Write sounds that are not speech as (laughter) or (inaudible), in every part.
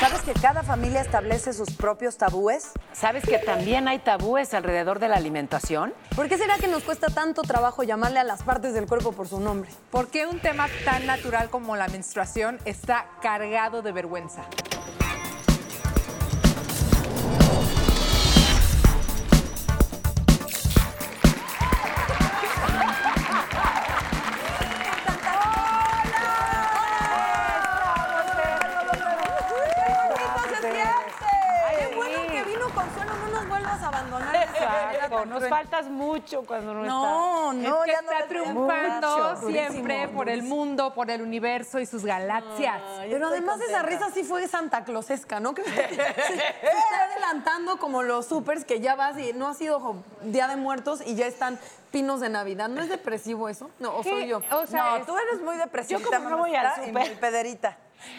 ¿Sabes que cada familia establece sus propios tabúes? ¿Sabes que también hay tabúes alrededor de la alimentación? ¿Por qué será que nos cuesta tanto trabajo llamarle a las partes del cuerpo por su nombre? ¿Por qué un tema tan natural como la menstruación está cargado de vergüenza? nos faltas mucho cuando no, no estás. No, es que ya está no triunfando mucho, siempre durísimo, por durísimo. el mundo, por el universo y sus galaxias. Ah, Pero además contenta. esa risa sí fue Santa Clausesca, ¿no? Que (laughs) (laughs) se, se, está adelantando como los supers que ya vas y no ha sido Día de Muertos y ya están pinos de Navidad. ¿No es depresivo eso? No, o ¿Qué? soy yo. O sea, no, es... tú eres muy depresiva. Yo como no voy al súper. pederita.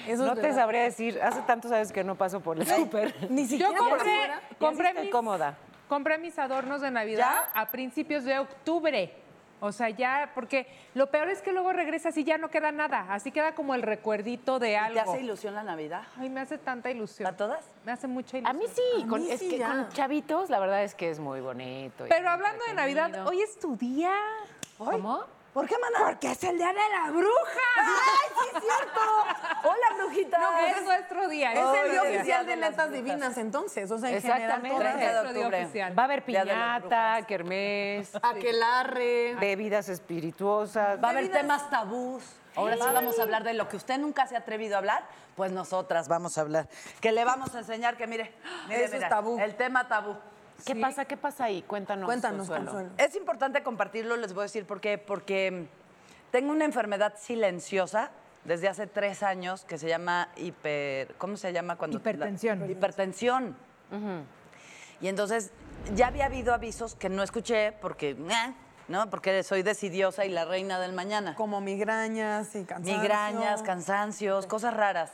Eso no te verdad. sabría decir, hace tantos años que no paso por el súper. Ni siquiera yo compré, compré mis... cómoda. Compré mis adornos de Navidad ¿Ya? a principios de octubre. O sea, ya, porque lo peor es que luego regresas y ya no queda nada. Así queda como el recuerdito de algo. ¿Te hace ilusión la Navidad? Ay, me hace tanta ilusión. ¿A todas? Me hace mucha ilusión. A mí sí, a con, mí es sí, que ya. con chavitos, la verdad es que es muy bonito. Pero hablando de Navidad, hoy es tu día. ¿Hoy? ¿Cómo? ¿Por qué, maná? Porque es el día de la bruja. (laughs) ¡Ay, sí es cierto! Hola, brujita. No, pues es, es nuestro día. Es el día oficial de, de Netas Divinas, entonces. O sea, en Exactamente, general, es nuestro día oficial. Va a haber piñata, kermés. Sí. Aquelarre. Bebidas espirituosas. Va a haber temas tabús. Ahora sí vamos a hablar de lo que usted nunca se ha atrevido a hablar, pues nosotras vamos a hablar. Que le vamos a enseñar que mire, mire Eso mira, es tabú. el tema tabú. ¿Qué sí. pasa? ¿Qué pasa ahí? Cuéntanos. Cuéntanos, Consuelo. Consuelo. Es importante compartirlo, les voy a decir por qué. Porque mm, tengo una enfermedad silenciosa desde hace tres años que se llama hiper. ¿Cómo se llama cuando? Hipertensión. La, hipertensión. Uh -huh. Y entonces ya había habido avisos que no escuché porque. Eh, ¿No? Porque soy decidiosa y la reina del mañana. Como migrañas y cansancios. Migrañas, cansancios, sí. cosas raras.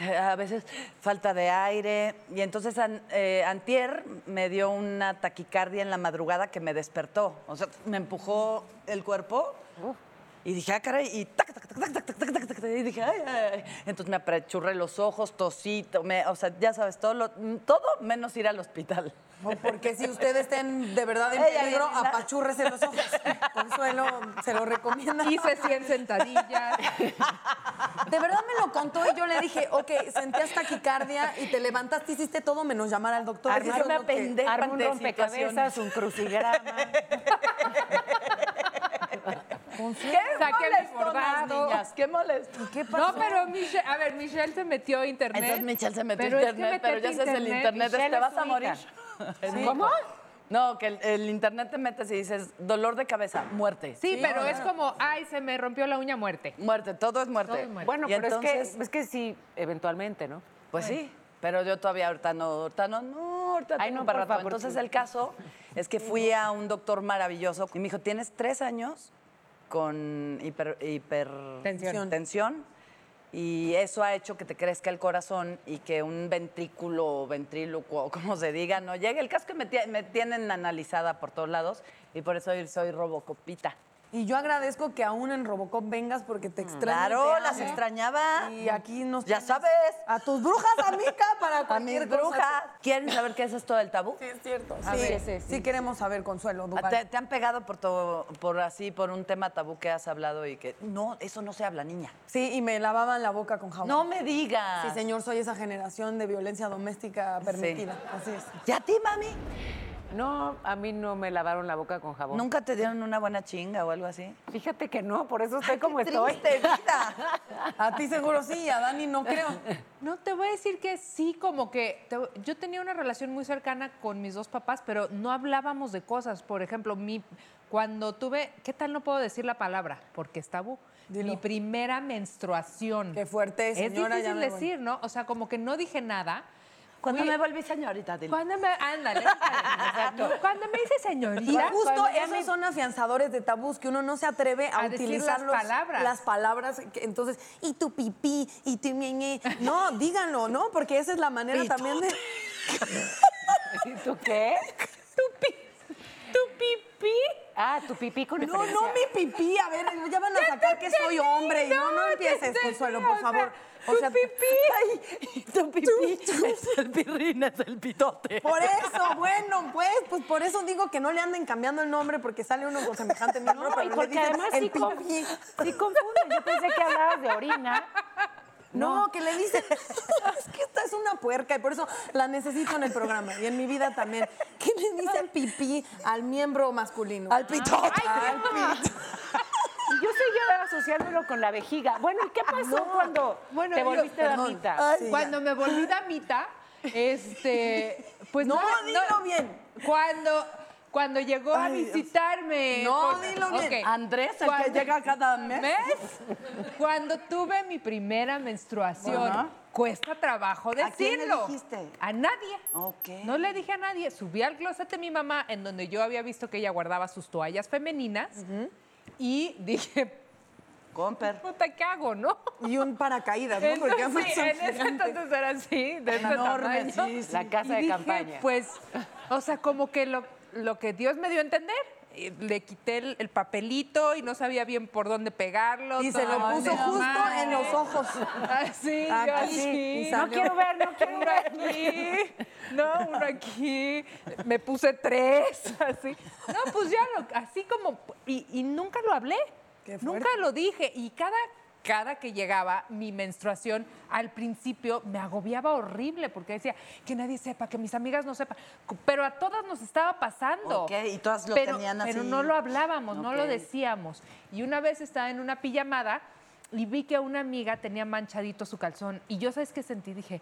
Eh, A veces falta de aire. Y entonces an, eh, Antier me dio una taquicardia en la madrugada que me despertó. O sea, me empujó el cuerpo. Uh. Y dije, ah, caray, y tac, tac, tac, tac, tac, tac, tac, tac, y dije, ay, ay. Entonces me apachurré los ojos, tosito, me, o sea, ya sabes, todo, lo, todo menos ir al hospital. No, porque si ustedes estén de verdad en peligro, apachúrrese los ojos. Consuelo se lo recomienda. Hice 100 (laughs) sentadillas. De verdad me lo contó y yo le dije, ok, sentías taquicardia y te levantaste, hiciste todo menos llamar al doctor. Armar una pendeja un rompecabezas, un crucigrama. ¿Qué Saqué molesto niñas? ¿Qué molesto? ¿Qué pasó? No, pero Michelle, a ver, Michelle se metió a internet. Entonces Michelle se metió a internet, pero ya sabes, el internet te vas a morir. ¿Sí? ¿Cómo? No, que el, el, internet te metes y dices dolor de cabeza, muerte. Sí, sí pero no, es no. como, ay, se me rompió la uña, muerte. Muerte, todo es muerte. Todo es muerte. Bueno, y pero entonces... es, que, es que sí, eventualmente, ¿no? Pues bueno. sí, pero yo todavía ahorita no, ahorita no, no, ahorita ay, no, para rato. Favor, entonces sí. el caso es que fui a un doctor maravilloso y me dijo, tienes tres años con hiper, hipertensión. Tensión, y eso ha hecho que te crezca el corazón y que un ventrículo o ventrílocuo, como se diga, no llegue. El caso que me, me, tienen analizada por todos lados y por eso soy, soy robocopita. Y yo agradezco que aún en Robocop vengas porque te extraño. Mm, Claro, las amo. extrañaba. Y aquí nos. Ya sabes. A tus brujas, amica, para cualquier A mis brujas. ¿Quieren saber qué es esto del tabú? Sí, es cierto. A sí, ver, sí, sí, sí, queremos saber, Consuelo. Ah, ¿Te, ¿Te, han pegado por, to, por así, por un tema tabú que has hablado y que. No, eso no se habla, niña. Sí, y me lavaban la boca con jabón. No me digas. Sí, señor, soy esa generación de violencia doméstica permitida. Así es. ¿Ya a ti, mami? No, a mí no me lavaron la boca con jabón. ¿Nunca te dieron una buena chinga o algo así? Fíjate que no, por eso estoy Ay, como qué Pues estoy. (laughs) vida! a ti seguro sí, a Dani no creo. No, te voy a decir que sí, como que te, yo tenía una relación muy cercana con mis dos papás, pero no hablábamos de cosas. Por ejemplo, mi, cuando tuve, ¿qué tal no puedo decir la palabra? Porque es tabú. Dilo. Mi primera menstruación. Qué fuerte, señora. Es difícil decir, voy. ¿no? O sea, como que no dije nada. Cuando Uy, me volví señorita, dile. Cuando me, ándale, ándale (laughs) Cuando me dice señorita. Y justo esos me... son afianzadores de tabús que uno no se atreve a, a utilizar las palabras. Las palabras. Que, entonces, y tu pipí, y tu ñeñe. No, díganlo, ¿no? Porque esa es la manera Pito. también de. (laughs) ¿Y tú qué? Tu, pi, tu pipí. Ah, tu pipí con (laughs) No, preferencia. no mi pipí, a ver, ya van a sacar que soy hombre y no, no empieces, Consuelo, por favor. O sea, pipí. tu pipí. Es el pirrín, es el pitote. por eso, bueno, pues, pues por eso digo que no le anden cambiando el nombre porque sale uno con semejante (laughs) miembro, No, y pero le porque dicen además el sí, con- pipí. sí confunden. Yo pensé que hablabas de orina. No, que le dicen, (laughs) es que esta es una puerca y por eso la necesito en el programa y en mi vida también. ¿Qué le dicen pipí al miembro masculino? Al pitote. Al pito. Y yo seguía asociándolo con la vejiga. Bueno, ¿y qué pasó cuando Bueno, te digo, volviste perdón. Ah, damita? Ay, sí, cuando me volví damita, este, pues No, me- dilo bien. Cuando cuando llegó a Ay, Dios. visitarme. No, por- dilo bien. Ok. Andrés, el que Cuando- llega cada mes. ¿Ves? Cuando tuve mi primera menstruación, Ajá. cuesta trabajo decirlo. ¿A quién le dijiste? A nadie. Ok. No le dije a nadie. Subí al closet de mi mamá, en donde yo había visto que ella guardaba sus toallas femeninas, y dije, Comper. puta, ¿qué hago, no? Y un (laughs) paracaídas, ¿no? Porque Entonces, sí, además son en ese gigantes. entonces era así, de este Enorme, tamaño. sí, sí. La casa Y de dije, campaña. Pues, o sea, como que lo, lo que Dios me dio a entender. Y Le quité el, el papelito y no sabía bien por dónde pegarlo. Y se lo todo puso de la justo en madre. los ojos. Así, Aquí, Ah, Ah, yo así. y No salió. No quiero ver, no quiero uno ver. aquí, (laughs) no, uno aquí, me puse tres, (laughs) así. No, pues ya, lo, así como, y, y nunca lo hablé, Qué fuerte. nunca lo dije, y cada, cada que llegaba mi menstruación, al principio me agobiaba horrible, porque decía, que nadie sepa, que mis amigas no sepan, pero a todas nos estaba pasando. Ok, y todas lo pero, tenían así. Pero no lo hablábamos, no lo Ok. decíamos. Y una vez estaba en una pijamada y vi que una amiga tenía manchadito su calzón. Y yo, ¿sabes qué sentí? Dije,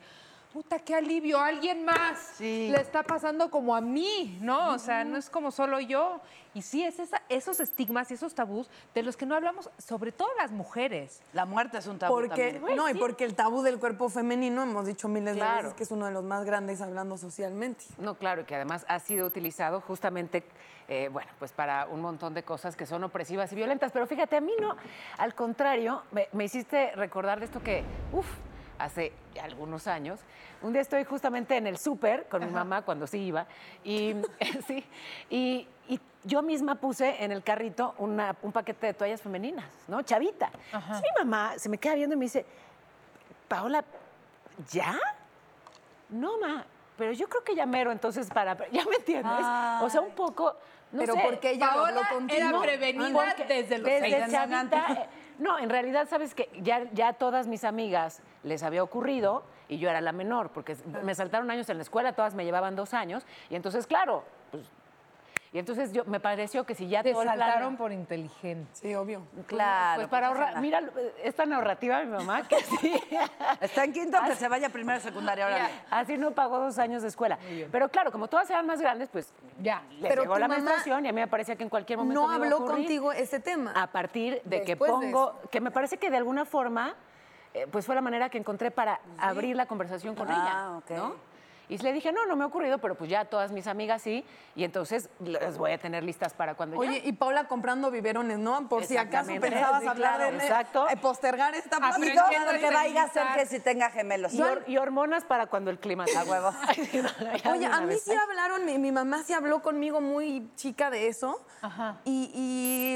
puta, qué alivio, alguien más Sí. le está pasando como a mí, ¿no? O sea, no es como solo yo. Y sí, es esa- esos estigmas y esos tabús de los que no hablamos, sobre todo las mujeres. La muerte es un tabú Porque, también. Pues no, y porque el tabú del cuerpo femenino, hemos dicho miles de Claro. veces que es uno de los más grandes hablando socialmente. No, claro, y que además ha sido utilizado justamente, eh, bueno, pues para un montón de cosas que son opresivas y violentas. Pero fíjate, a mí no, al contrario, me, me hiciste recordar de esto que, uff, hace algunos años, un día estoy justamente en el súper con mi mamá cuando sí iba, y (laughs) sí, y, y yo misma puse en el carrito una- un paquete de toallas femeninas, ¿no? Chavita. Entonces, mi mamá se me queda viendo y me dice, Paola, ¿ya? No, ma, pero yo creo que ya mero, entonces para. (laughs) ¿Ya me entiendes? O sea, un poco. No Pero sé, porque ella lo habló Paola contigo. era No, prevenida porque- desde los desde seis años. chavita, eh, No, en realidad, sabes que ya, ya todas mis amigas les había ocurrido y yo era la menor, porque me saltaron años en la escuela, todas me llevaban dos años, y entonces, claro, pues. Y entonces yo, me pareció que si ya Te todo el plan- saltaron por inteligente. Sí, obvio. Claro. Pues para pues, ahorrar. Mira, es tan ahorrativa mi mamá que sí. Está en quinto, que se vaya a primera secundaria. Ahora. Así no pagó dos años de escuela. Pero claro, como todas eran más grandes, pues Ya. le Pero llegó tu la mamá menstruación y a mí me parecía que en cualquier este momento No me iba a habló ocurrir. contigo ese tema. A partir de que Después de pongo, que me parece que de alguna forma, eh, pues fue la manera que encontré para abrir la conversación con Ah, ella, ok. ¿no? Y le dije, no, no me ha ocurrido, pero pues ya todas mis amigas sí, y entonces las voy a tener listas para cuando ya. Oye, y Paula comprando biberones, ¿no? Por si acaso Exactamente. pensabas Sí, hablar claro, de exacto. eh, postergar esta Y Aprendiendo plática. todo lo que vaya a ser que si tenga gemelos. Y, hor- y hormonas para cuando el clima está (laughs) huevo. (laughs) Oye, a mí sí hablaron, mi, mi mamá sí habló conmigo muy chica de eso. Y,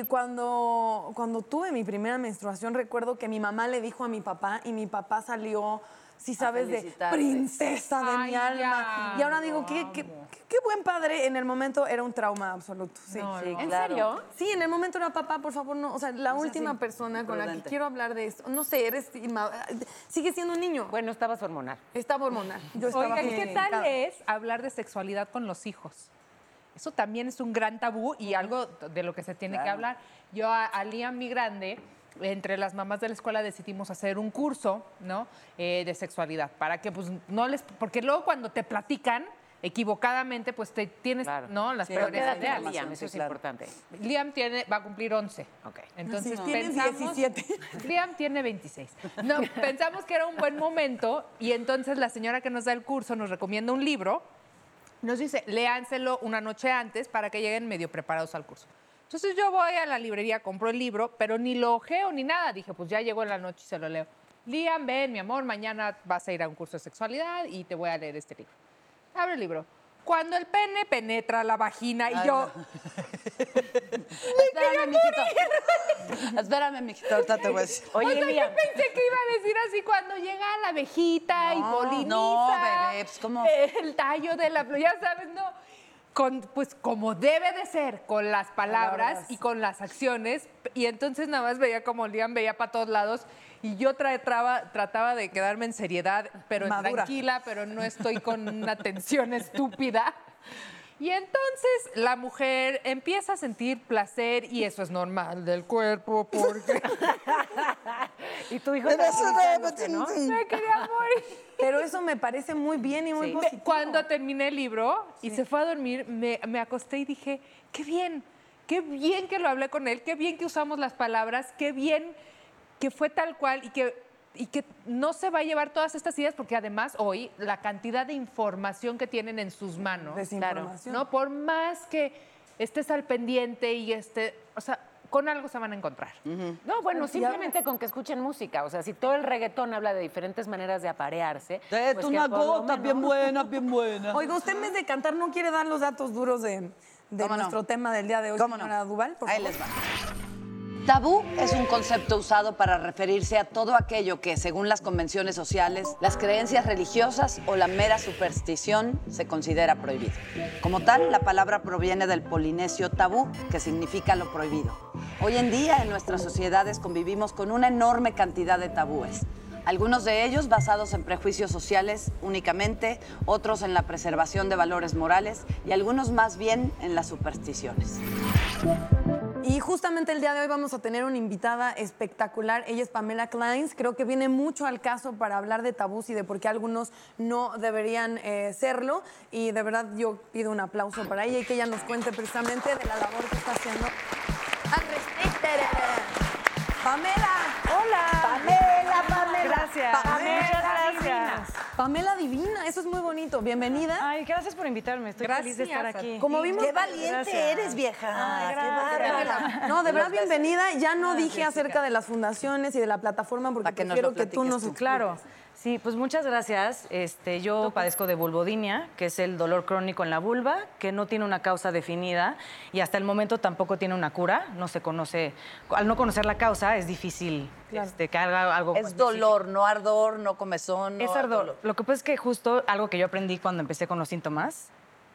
y cuando, cuando tuve mi primera menstruación, recuerdo que mi mamá le dijo a mi papá y mi papá salió, si sabes, de felicitarte. princesa de Ay, mi alma. ya, y ahora digo, qué, qué, qué buen padre. En el momento era un trauma absoluto. Sí. Sí, ¿En claro. serio? Sí, en el momento era papá, por favor, no. O sea, la última así, persona con la que imprudente. quiero hablar de esto. No sé, eres. inma- Sigue siendo un niño. Bueno, estabas hormonal. estaba hormonal. Yo estaba Oigan, ¿qué medicada. tal es hablar de sexualidad con los hijos? Eso también es un gran tabú y algo de lo que se tiene que hablar. Yo a, a Liam, mi grande, entre las mamás de la escuela decidimos hacer un curso, ¿no? Eh, de sexualidad, para que pues no les... Porque luego cuando te platican equivocadamente, pues te tienes, Claro. ¿no? Las Sí, Pero Pero peores quédate quédate tenía al ideas. información, día, eso sí, es claro. importante. Liam tiene, va a cumplir 11. Ok. Entonces, Sí, tiene pensamos, 17. (laughs) Liam tiene 26. No, pensamos que era un buen momento y entonces la señora que nos da el curso nos recomienda un libro, nos dice, léanselo una noche antes para que lleguen medio preparados al curso. Entonces yo voy a la librería, compro el libro, pero ni lo ojeo ni nada. Dije, pues ya llegó en la noche y se lo leo. Liam, ven, mi amor, mañana vas a ir a un curso de sexualidad y te voy a leer este libro. Abre el libro. Cuando el pene penetra la vagina y Ay, yo. Espérame, mijito. Espérame, mijito, ahorita te voy a decir. O sea, Oye, Lía, Pues, yo pensé que iba a decir así cuando llega la abejita y No, poliniza. no, bebé, pues, ¿cómo? El tallo de la flor, ya sabes, no. Con, pues como debe de ser, con las palabras, Palabras. y con las acciones. Y entonces nada más veía como Liam veía para todos lados. Y yo tra- traba- trataba de quedarme en seriedad, pero Madura. tranquila, pero no estoy con una tensión (laughs) estúpida. Y entonces la mujer empieza a sentir placer y eso es normal del cuerpo (laughs) porque y tu hijo Eres también, una- ¿no? me quería morir. Pero eso me parece muy bien y muy Me- positivo. Cuando terminé el libro y se fue a dormir, me, me acosté y dije, qué bien, qué bien que lo hablé con él, qué bien que usamos las palabras, qué bien que fue tal cual y que, y que no se va a llevar todas estas ideas, porque además hoy la cantidad de información que tienen en sus manos, Desinformación. ¿no? Por más que estés al pendiente y esté, o sea, con algo se van a encontrar. No, bueno, Pues ya simplemente con que escuchen música. O sea, si todo el reggaetón habla de diferentes maneras de aparearse. Es pues una que por lo gota bien menos- buena, bien buena. Oiga, usted en vez de cantar no quiere dar los datos duros de, de ¿Cómo no? nuestro tema del día de hoy, ¿Cómo no? señora Duval. por Ahí favor. les va. Tabú es un concepto usado para referirse a todo aquello que, según las convenciones sociales, las creencias religiosas o la mera superstición, se considera prohibido. Como tal, la palabra proviene del polinesio tabú, que significa lo prohibido. Hoy en día, en nuestras sociedades, convivimos con una enorme cantidad de tabúes. Algunos de ellos basados en prejuicios sociales únicamente, otros en la preservación de valores morales y algunos más bien en las supersticiones. Y justamente el día de hoy vamos a tener una invitada espectacular. Ella es Pamela Kleins. Creo que viene mucho al caso para hablar de tabús y de por qué algunos no deberían eh, serlo. Y de verdad yo pido un aplauso para ella y que ella nos cuente precisamente de la labor que está haciendo al respecto. Pamela, hola. Pamela, Pamela. Gracias. Muchas gracias. Divina. Pamela Divina, eso es muy bonito. Bienvenida. Ay, gracias por invitarme. Estoy feliz de estar Gracias a aquí. Como vimos, Qué valiente Gracias. eres, vieja. Ay, Qué gracias. bárbara. No, de verdad, bienvenida. Ya no dije acerca de las fundaciones y de la plataforma porque Para que nos prefiero lo que tú platiques nos tú. expliques. Claro. Sí, pues muchas gracias. Este, yo padezco de vulvodinia, que es el dolor crónico en la vulva, que no tiene una causa definida y hasta el momento tampoco tiene una cura. No se conoce, al no conocer la causa es difícil este, que haga algo. Es dolor, no ardor, no comezón. no Es ardor. Lo que pasa es que justo algo que yo aprendí cuando empecé con los síntomas,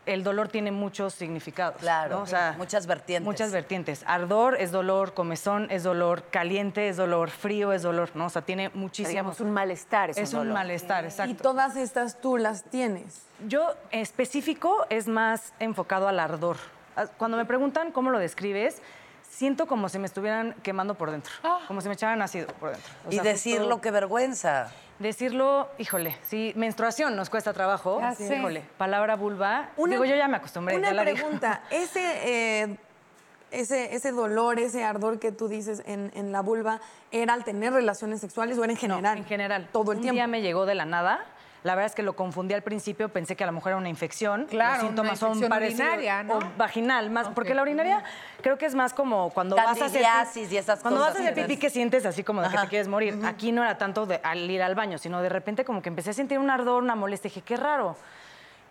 el dolor tiene muchos significados. Claro, ¿no? O sea, muchas vertientes. Muchas vertientes. Ardor es dolor, comezón es dolor, caliente es dolor, frío es dolor, ¿no? O sea, tiene muchísimos. Digamos, un malestar. Es, Es un dolor. malestar, Y exacto. todas estas tú las tienes. Yo en específico es más enfocado al ardor. Ah, Cuando me preguntan cómo lo describes, siento como si me estuvieran quemando por dentro, Ah. como si me echaran ácido por dentro. O Y sea, decirlo, justo qué vergüenza. decirlo, híjole, sí, menstruación nos cuesta trabajo, Ya sé. híjole, palabra vulva. Digo, yo ya me acostumbré. Una ya la digo. pregunta. Ese, eh, ese, ese dolor, ese ardor que tú dices en, en la vulva, ¿era al tener relaciones sexuales o era en general? (laughs) En general. Todo el un tiempo. día me llegó de la nada. La verdad es que lo confundí al principio, pensé que a lo mejor era una infección. Claro, Los una síntomas son infección parecidos. urinaria, ¿no? O vaginal, más. Porque la urinaria creo que es más como cuando vas a hacer. Candidiasis y esas Cuando cosas, vas a hacer pipí entonces. que sientes así como de que te quieres morir. Aquí no era tanto de, al ir al baño, sino de repente como que empecé a sentir un ardor, una molestia. Dije, qué raro.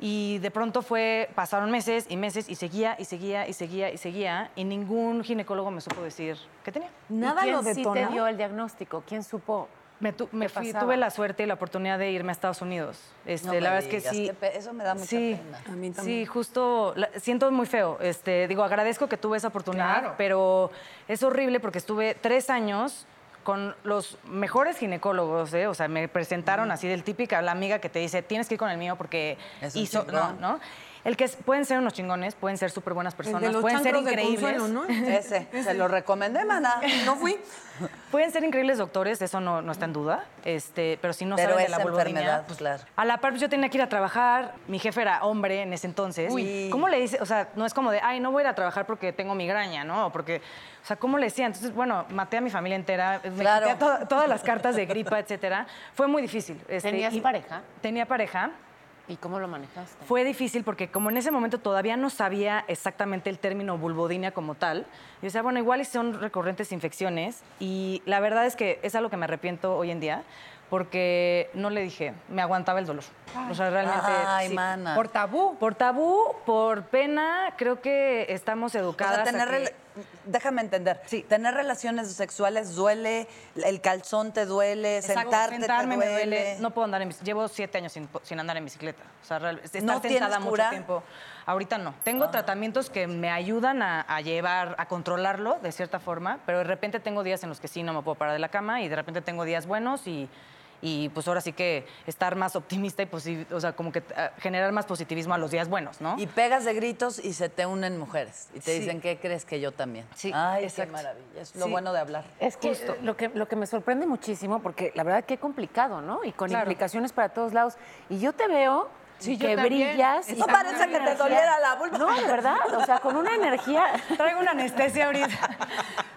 Y de pronto fue, pasaron meses y meses y seguía y seguía y seguía y seguía. Y ningún ginecólogo me supo decir qué tenía. Nada ¿Y lo quién detona. sí te dio el diagnóstico? ¿Quién supo? Me, tu- me fui- pasaba? tuve la suerte y la oportunidad de irme a Estados Unidos. Este, No me la verdad es que digas, sí. qué pe- eso me da mucha sí, pena. A mí Sí, también. justo la- siento muy feo. Este, digo, agradezco que tuve esa oportunidad, pero es horrible porque estuve tres años con los mejores ginecólogos, ¿eh? o sea, me Mm. presentaron así del típica la amiga que te dice tienes que ir con el mío porque Es un hizo, no, chingón. ¿no? El que es- pueden ser unos chingones, pueden ser súper buenas El de personas, los pueden ser chancros de increíbles. Consuelo, ¿no? (laughs) Ese, se lo recomendé, maná. No fui. Pueden ser increíbles doctores, eso no, no está en duda, este, pero si no Pero saben de esa la vulvodynia, enfermedad, claro. A la par, pues, yo tenía que ir a trabajar, mi jefe era hombre en ese entonces. Uy. ¿Cómo le dice? O sea, no es como de, ay, no voy a ir a trabajar porque tengo migraña, ¿no? O Porque, o sea, ¿cómo le decía? Entonces, bueno, maté a mi familia entera, me Claro. quité a to- todas las cartas de gripa, etcétera. Fue muy difícil. este, ¿Tenías y- pareja? Tenía pareja. ¿Y cómo lo manejaste? Fue difícil porque como en ese momento todavía no sabía exactamente el término vulvodinia como tal, yo decía, bueno, igual y son recurrentes infecciones y la verdad es que es algo que me arrepiento hoy en día porque no le dije, me aguantaba el dolor. o sea, realmente. Ay, sí. mana. Por tabú. Por tabú, por pena, creo que estamos educadas. O sea, a tener que- rela- déjame entender. Tener relaciones sexuales duele, el calzón te duele, Exacto, sentarte sentarme te me duele. duele. No puedo andar en bicicleta. Llevo siete años sin, sin andar en bicicleta. O sea, real- estar ¿No tienes sentada mucho cura? Ah. tiempo. Ahorita no. Tengo tratamientos que me ayudan a, a llevar, a controlarlo de cierta forma, pero de repente tengo días en los que sí no me puedo parar de la cama y de repente tengo días buenos y. y, pues ahora sí que estar más optimista y posi- o sea, como que ah, generar más positivismo a los días buenos, ¿no? Y pegas de gritos y se te unen mujeres. Y te Sí. dicen, ¿qué crees que yo también? Sí, Ay, exacto. qué maravilla. Es lo Sí. bueno de hablar. Es que eh, lo que lo que me sorprende muchísimo, porque la verdad que complicado, ¿no? Y con implicaciones para todos lados. Y yo te veo Sí, yo que también. brillas. y No con una parece que te energía- doliera la vulva. No, de verdad. O sea, con una energía. Traigo una anestesia ahorita.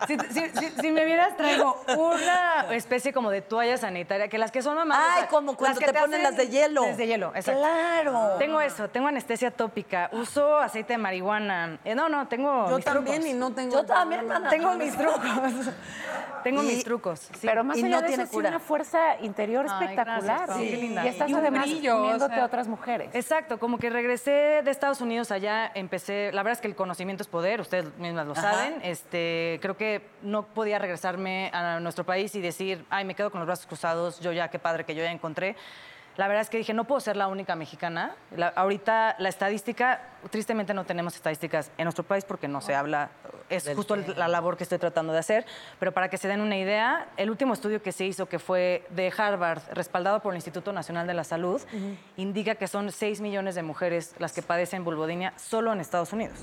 Si, si- si- si me vieras, traigo una especie como de toalla sanitaria, que las que son mamás. Ay, como cuando te ponen las de hielo. Desde hielo, exacto. Claro. Tengo eso, tengo anestesia tópica, uso aceite de marihuana. Eh, no, no, tengo Yo mis también trucos. y no tengo. Yo también, mana. Tengo mis trucos. tengo Y- mis trucos. sí. Pero más Y allá no de tiene eso, sí, cura. una fuerza interior Ay, espectacular. gracias, Pau, qué linda. Y estás Y un además brillo, o uniéndote sea. a otras mujeres. Exacto, como que regresé de Estados Unidos allá, empecé, la verdad es que el conocimiento es poder, ustedes mismas lo Ajá. saben, este, creo que no podía regresarme a nuestro país y decir, ay, me quedo con los brazos cruzados, yo ya, qué padre que yo ya encontré. La verdad es que dije, no puedo ser la única mexicana. La- ahorita la estadística, tristemente no tenemos estadísticas en nuestro país porque no se habla, es justo el- la labor que estoy tratando de hacer, pero para que se den una idea, el último estudio que se hizo, que fue de Harvard, respaldado por el Instituto Nacional de la Salud, indica que son 6 millones de mujeres las que padecen vulvodynia solo en Estados Unidos.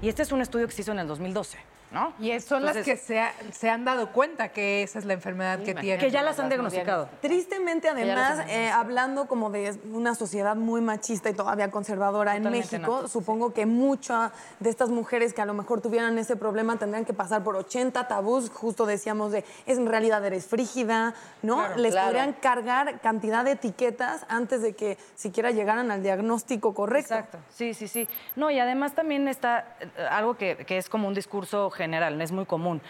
Y este es un estudio que se hizo en el 2012, ¿no? Y es- son las que Entonces, se, ha- se han dado cuenta que esa es la enfermedad que tienen. que ya las han diagnosticado. Tristemente, además, eh, hablando como de una sociedad muy machista y todavía conservadora Totalmente en México, nato, supongo que muchas de estas mujeres que a lo mejor tuvieran ese problema tendrían que pasar por 80 tabús, justo decíamos de, es en realidad eres frígida, ¿no? Les claro. podrían cargar cantidad de etiquetas antes de que siquiera llegaran al diagnóstico correcto. Exacto, sí, sí, sí. No, y además también está eh, algo que, que es como un discurso general, es muy común.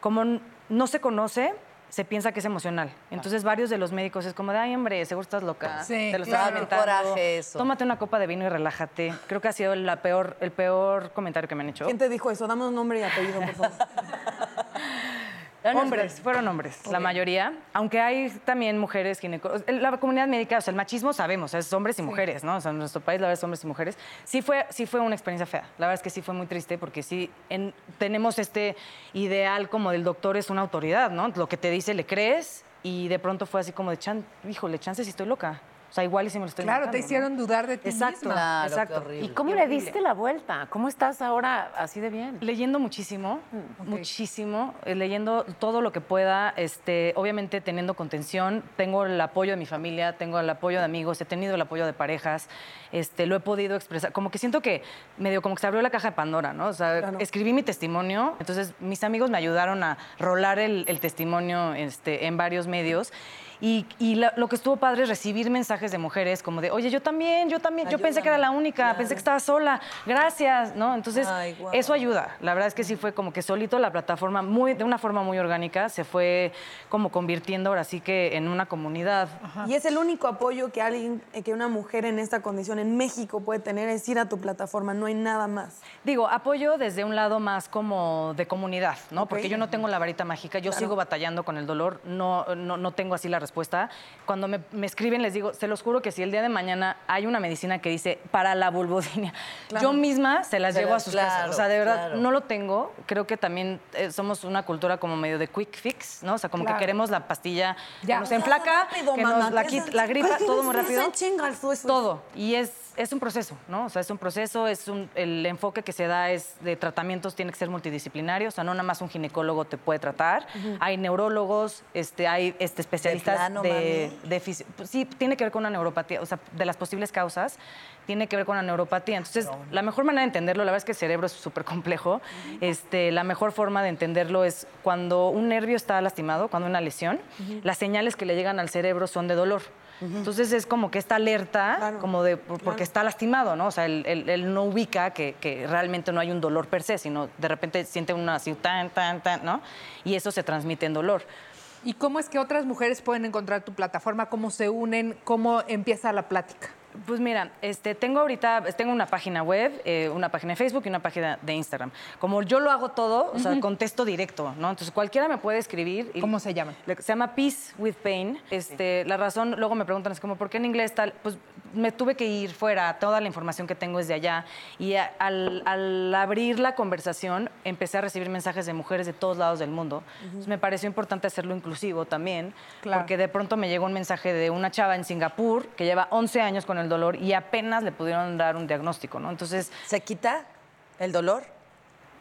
Como n- no se conoce, se piensa que es emocional. Entonces varios de los médicos es como de, ay, hombre, seguro estás loca. Sí, te claro. lo estás inventando. Ah, Coraje eso. Tómate una copa de vino y relájate. Creo que ha sido la peor, el peor comentario que me han hecho. ¿Quién te dijo eso? Dame un nombre y apellido, por favor. (laughs) Hombres, fueron hombres, la mayoría. Aunque hay también mujeres ginecólogas. La comunidad médica, o sea, el machismo sabemos, es hombres y mujeres, ¿no? O sea, en nuestro país la verdad es hombres y mujeres. Sí fue, sí fue una experiencia fea. La verdad es que sí fue muy triste porque sí en- tenemos este ideal como del doctor es una autoridad, ¿no? Lo que te dice le crees y de pronto fue así como de, chan, híjole, chance si estoy loca. O sea, igual y si me lo estoy Claro, te inventando, ¿no? hicieron dudar de ti Exacto, misma. Claro, qué exacto. horrible. ¿Y cómo le diste la vuelta? ¿Cómo estás ahora así de bien? Leyendo muchísimo, muchísimo, eh, leyendo todo lo que pueda, este, obviamente teniendo contención, tengo el apoyo de mi familia, tengo el apoyo de amigos, he tenido el apoyo de parejas, este, lo he podido expresar, como que siento que medio como que se abrió la caja de Pandora, ¿no? O sea, escribí mi testimonio, entonces mis amigos me ayudaron a rolar el, el testimonio este, en varios medios. Y, y la- lo que estuvo padre es recibir mensajes de mujeres como de, oye, yo también, yo también, yo pensé que era la única, pensé que estaba sola, gracias, ¿no? Entonces, Ay, guau. eso ayuda. La verdad es que sí fue como que solito la plataforma, muy, de una forma muy orgánica, se fue como convirtiendo ahora sí que en una comunidad. Y es el único apoyo que alguien, eh, que una mujer en esta condición en México puede tener, es ir a tu plataforma, no hay nada más. Digo, apoyo desde un lado más como de comunidad, ¿no? Porque yo no tengo la varita mágica, yo sigo batallando con el dolor, no, no, no tengo así la respuesta. Cuando me, me escriben les digo, se los juro que si el día de mañana hay una medicina que dice para la vulvodynia, yo misma se las Se llevo las- a sus claro, casas. O sea, de verdad, claro. no lo tengo. Creo que también eh, somos una cultura como medio de quick fix, ¿no? O sea, como Claro. que queremos la pastilla Ya. que nos emplaca, Rápido, que mamá, nos la, que quita, se- la gripa, que todo muy se rápido enchinga el sueño. todo. Y es, es un proceso, ¿no? O sea, es un proceso, es un- el enfoque que se da es de tratamientos, tiene que ser multidisciplinario, o sea, no nada más un ginecólogo te puede tratar, hay neurólogos, este, hay este, especialistas de, plano, de fisi- pues sí, tiene que ver con una neuropatía, o sea, de las posibles causas, tiene que ver con la neuropatía. Entonces, la mejor manera de entenderlo, la verdad es que el cerebro es súper complejo, este, la mejor forma de entenderlo es cuando un nervio está lastimado, cuando hay una lesión, las señales que le llegan al cerebro son de dolor. Entonces es como que esta alerta, como de por- porque está lastimado, ¿no? O sea, él, él- él no ubica que, que realmente no hay un dolor per se, sino de repente siente una así tan, tan, tan, ¿no? Y eso se transmite en dolor. ¿Y cómo es que otras mujeres pueden encontrar tu plataforma? ¿Cómo se unen? ¿Cómo empieza la plática? Pues mira, este, tengo ahorita, tengo una página web, eh, una página de Facebook y una página de Instagram. Como yo lo hago todo, o sea, contesto directo, ¿no? Entonces cualquiera me puede escribir. y- ¿Cómo se llama? Le- Se llama Peace with Pain. Este, La razón, luego me preguntan, es como, ¿por qué en inglés tal? Pues me tuve que ir fuera, toda la información que tengo es de allá. Y a- al, al abrir la conversación, empecé a recibir mensajes de mujeres de todos lados del mundo. Entonces me pareció importante hacerlo inclusivo también, Claro. porque de pronto me llegó un mensaje de una chava en Singapur que lleva 11 años con el dolor y apenas le pudieron dar un diagnóstico, ¿no? Entonces (laughs) ¿Se quita el dolor?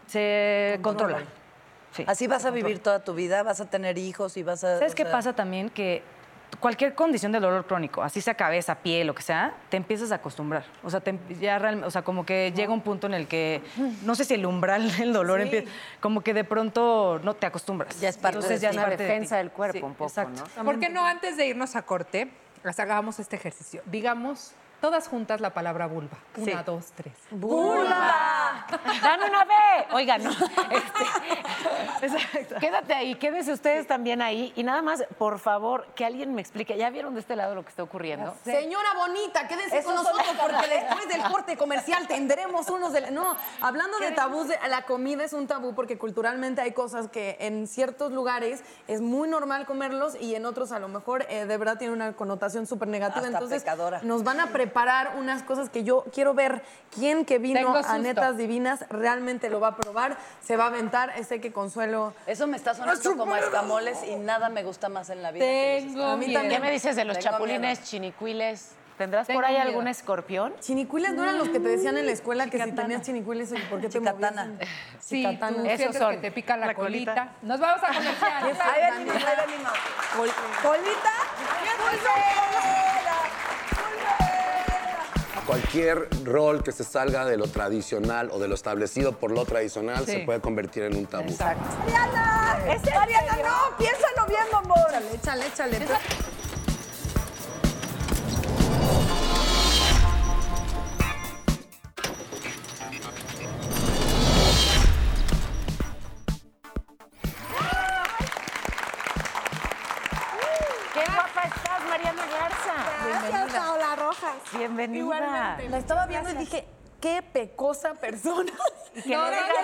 se controla. Sí. Así vas a vivir toda tu vida, vas a tener hijos y vas a... ¿Sabes o qué sea, pasa también? Que cualquier condición de dolor crónico, así sea cabeza, piel, lo que sea, te empiezas a acostumbrar. O sea, te em- ya realme- o sea como que llega un punto en el que, no sé si el umbral del dolor empieza, como que de pronto no te acostumbras. Ya es parte de ti. es Una parte de defensa ti. del cuerpo Sí, un poco, exacto. ¿no? ¿Por qué no antes de irnos a corte, les hagamos este ejercicio? Digamos todas juntas la palabra vulva. Una, Sí. dos, tres. ¡Vulva! (laughs) ¡Dame una B! Oigan, no. (laughs) Este, exacto. Quédate ahí, quédense ustedes también ahí. Y nada más, por favor, que alguien me explique. ¿Ya vieron de este lado lo que está ocurriendo? Señora bonita, quédense Eso con son nosotros las porque después del corte comercial tendremos unos de la- No, hablando de tabús, de- la comida es un tabú porque culturalmente hay cosas que en ciertos lugares es muy normal comerlos y en otros a lo mejor eh, de verdad tiene una connotación súper negativa. Hasta Entonces pecadora. nos van a preparar unas cosas que yo quiero ver quién que vino Tengo susto. a Netas Divinas realmente lo va a probar, se va a aventar. Sé que Consuelo... Eso me está sonando como a escamoles y nada me gusta más en la vida. que los Tengo escamoles. mí también. ¿Qué me dices de los Tengo chapulines, miedo. chinicuiles? ¿Tendrás Tengo por ahí miedo. algún escorpión? Chinicuiles no eran los que te decían en la escuela que si tenías chinicuiles, ¿por qué te movías? Chicatana. Sí, Chicatana. tú Esos sientes son. que te pica la, La colita. colita. Nos vamos a comercial. Ahí venimos, ahí venimos. Col- Colita. Cualquier rol que se salga de lo tradicional o de lo establecido por lo tradicional Sí. se puede convertir en un tabú. ¡Mariana! ¡Mariana, no! ¡Piénsalo bien, amor! Échale, échale, pues, échale. ¡Qué guapa estás, Mariana Garza! Gracias, Paola Rojas. Bienvenida. La estaba viendo y dije, qué pecosa persona. Que No, le no, regales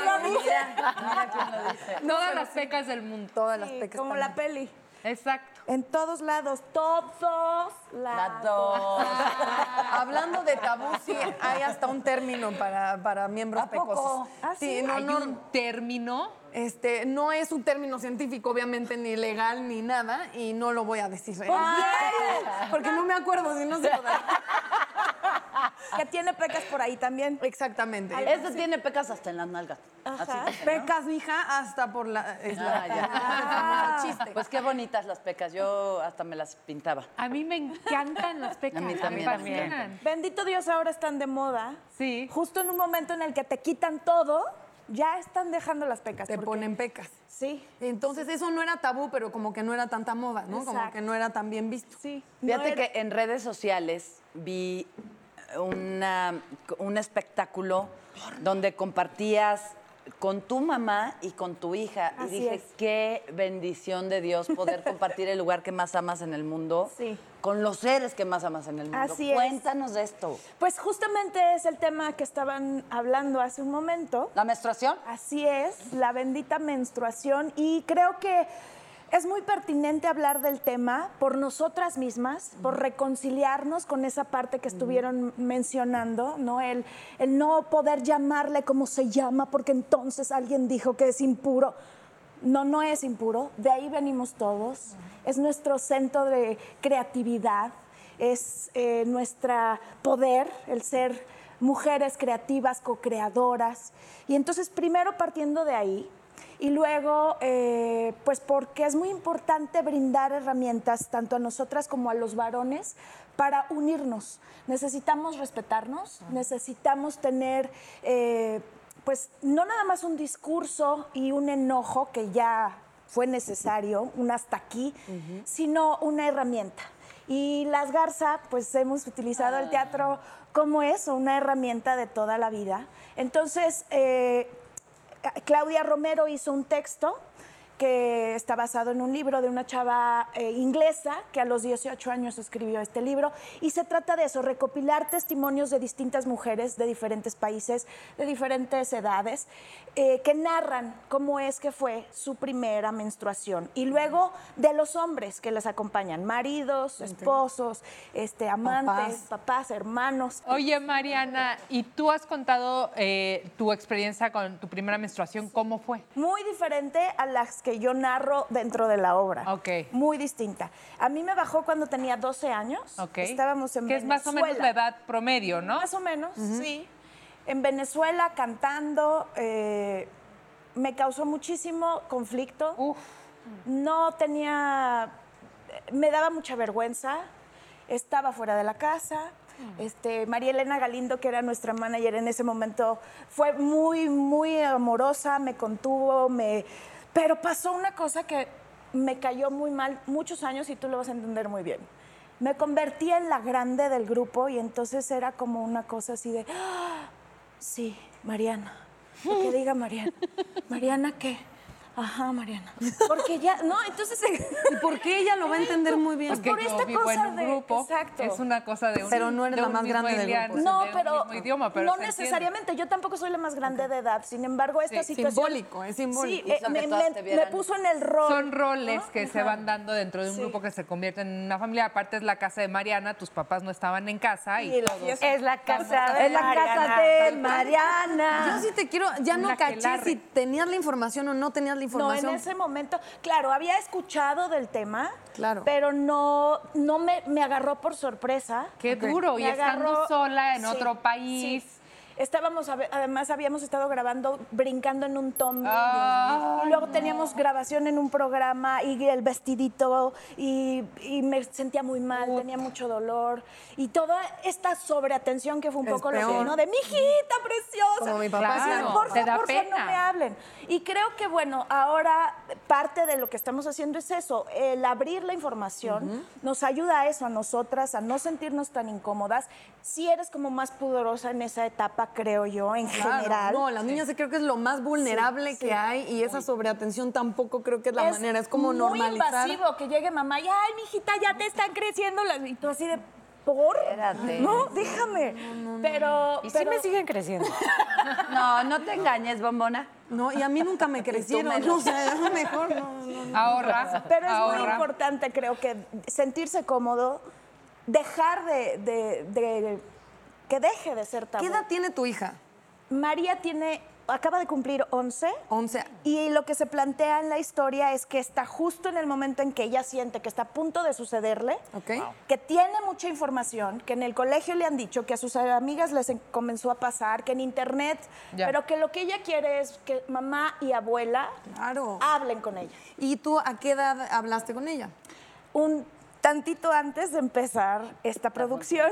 no, un- Todas las pecas del mundo. Todas las Sí, pecas. como la peli. Exacto. En todos lados, todos lados. (laughs) Hablando de tabú, sí, hay hasta un término para, para miembros ¿A poco? pecosos. ¿Ah, sí, sí? no, Hay no, un término. Este, no es un término científico, obviamente, ni legal, ni nada, y no lo voy a decir. ¿Eh? (laughs) Porque no me acuerdo, si no se lo daré. Que tiene pecas por ahí también. Exactamente. Este tiene pecas hasta en las nalgas. Ajá. Así dice, ¿no? Pecas, mija, hasta por la... Es la- Ah, ya. Ah, chiste. Pues qué bonitas las pecas. Yo hasta me las pintaba. A mí me encantan las pecas. A mí me también, fascinan. Bendito Dios, ahora están de moda. Sí. Justo en un momento en el que te quitan todo, ya están dejando las pecas. te porque- ponen pecas. Sí, Entonces eso no era tabú, pero como que no era tanta moda, ¿no? Como Exacto. que no era tan bien visto. sí. No Fíjate era- que en redes sociales vi eh, una- un espectáculo donde compartías con tu mamá y con tu hija. Así y dije, es. qué bendición de Dios poder compartir el lugar que más amas en el mundo Sí. con los seres que más amas en el mundo. Así es. Cuéntanos de esto. Pues justamente es el tema que estaban hablando hace un momento. ¿La menstruación? Así es, la bendita menstruación y creo que es muy pertinente hablar del tema por nosotras mismas, por reconciliarnos con esa parte que estuvieron mencionando, ¿no? El, el no poder llamarle como se llama porque entonces alguien dijo que es impuro. No, no es impuro, de ahí venimos todos, es nuestro centro de creatividad, es eh, nuestra poder, el ser mujeres creativas, co-creadoras. Y entonces primero partiendo de ahí y luego eh, pues porque es muy importante brindar herramientas tanto a nosotras como a los varones para unirnos. Necesitamos respetarnos, necesitamos tener... eh, pues no nada más un discurso y un enojo que ya fue necesario, un hasta aquí, sino una herramienta. Y las Garza, pues hemos utilizado el teatro como eso, una herramienta de toda la vida. Entonces, eh, Claudia Romero hizo un texto que está basado en un libro de una chava eh, inglesa que a los 18 años escribió este libro. Y se trata de eso, recopilar testimonios de distintas mujeres de diferentes países, de diferentes edades, eh, que narran cómo es que fue su primera menstruación. Y luego de los hombres que les acompañan, maridos, esposos, este, amantes, papás, hermanos. Oye, Mariana, ¿y tú has contado eh, tu experiencia con tu primera menstruación? ¿Cómo fue? muy diferente a las que yo narro dentro de la obra. Ok. Muy distinta. A mí me bajó cuando tenía 12 años. Ok. Estábamos en Que es más o menos la Venezuela. edad promedio, ¿no? Más o menos, sí. En Venezuela cantando eh, me causó muchísimo conflicto. Uf. No tenía, me daba mucha vergüenza. Estaba fuera de la casa. Mm. Este, María Elena Galindo, que era nuestra manager en ese momento, fue muy, muy amorosa, me contuvo, me... Pero pasó una cosa que me cayó muy mal muchos años y tú lo vas a entender muy bien me convertí en la grande del grupo y entonces era como una cosa así de, "Ah, sí, Mariana, lo que diga Mariana, Mariana qué, ajá, Mariana, porque ya, no, entonces, ¿Y (laughs) por qué ella lo va a entender muy bien? Pues por yo esta vivo en cosa un de- grupo, exacto. Es una cosa de un Pero no eres de la un más mismo grande del idioma, grupo. no, de Pues un pero, mismo idioma, pero no se entiende. necesariamente, yo tampoco soy la más grande de edad, sin embargo, esta Sí. situación... Simbólico, es simbólico. Sí, eh, Hizo que me, todas me- me te vieran. puso en el rol. Son roles ¿no? que se Ajá. van dando dentro de un Sí. grupo que se convierte en una familia. Aparte es la casa de Mariana, tus papás no estaban en casa y, Y la todos- fiesta. Es la casa de Es Pues, la casa de Mariana. Yo sí te quiero, ya no La que caché la si re- tenías la información o no tenías la No, información. en ese momento, claro, había escuchado del tema, Claro. pero no, no me, me agarró por sorpresa. Qué duro, y Me agarró- estando sola en sí, otro país. sí. Estábamos, a- además habíamos estado grabando brincando en un tombo. y luego teníamos grabación en un programa y el vestidito y, y me sentía muy mal, tenía mucho dolor. Y toda esta sobreatención que fue un Es poco lo que, peor. ¿no? De mi hijita preciosa. Como mi papá, Sí, claro, porfa, te da porfa, no pena. me hablen. Y creo que, bueno, ahora parte de lo que estamos haciendo es eso, el abrir la información nos ayuda a eso, a nosotras, a no sentirnos tan incómodas. Si eres como más pudorosa en esa etapa, creo yo, en Claro, general. No, las niñas creo que es lo más vulnerable Sí, sí. que hay y esa sobreatención tampoco creo que es la manera, es como muy normalizar. invasivo que llegue mamá y, ay, mijita, ya te están creciendo las... Y tú así de, ¿por? Espérate. No, déjame. Pero... Y sí pero- me siguen creciendo. No, no te engañes, bombona. No, y a mí (laughs) nunca me crecieron, no, (laughs) o sea, es lo mejor, no, no, no. Ahorra. Pero es muy ahorra. importante, creo que sentirse cómodo, dejar de, de- de- que deje de ser tabú. ¿Qué edad tiene tu hija? María tiene, acaba de cumplir 11. 11. Y lo que se plantea en la historia es que está justo en el momento en que ella siente que está a punto de sucederle, Ok. que tiene mucha información, que en el colegio le han dicho, que a sus amigas les en- comenzó a pasar, que en internet, Ya. pero que lo que ella quiere es que mamá y abuela Claro. hablen con ella. ¿Y tú a qué edad hablaste con ella? un tantito antes de empezar esta producción.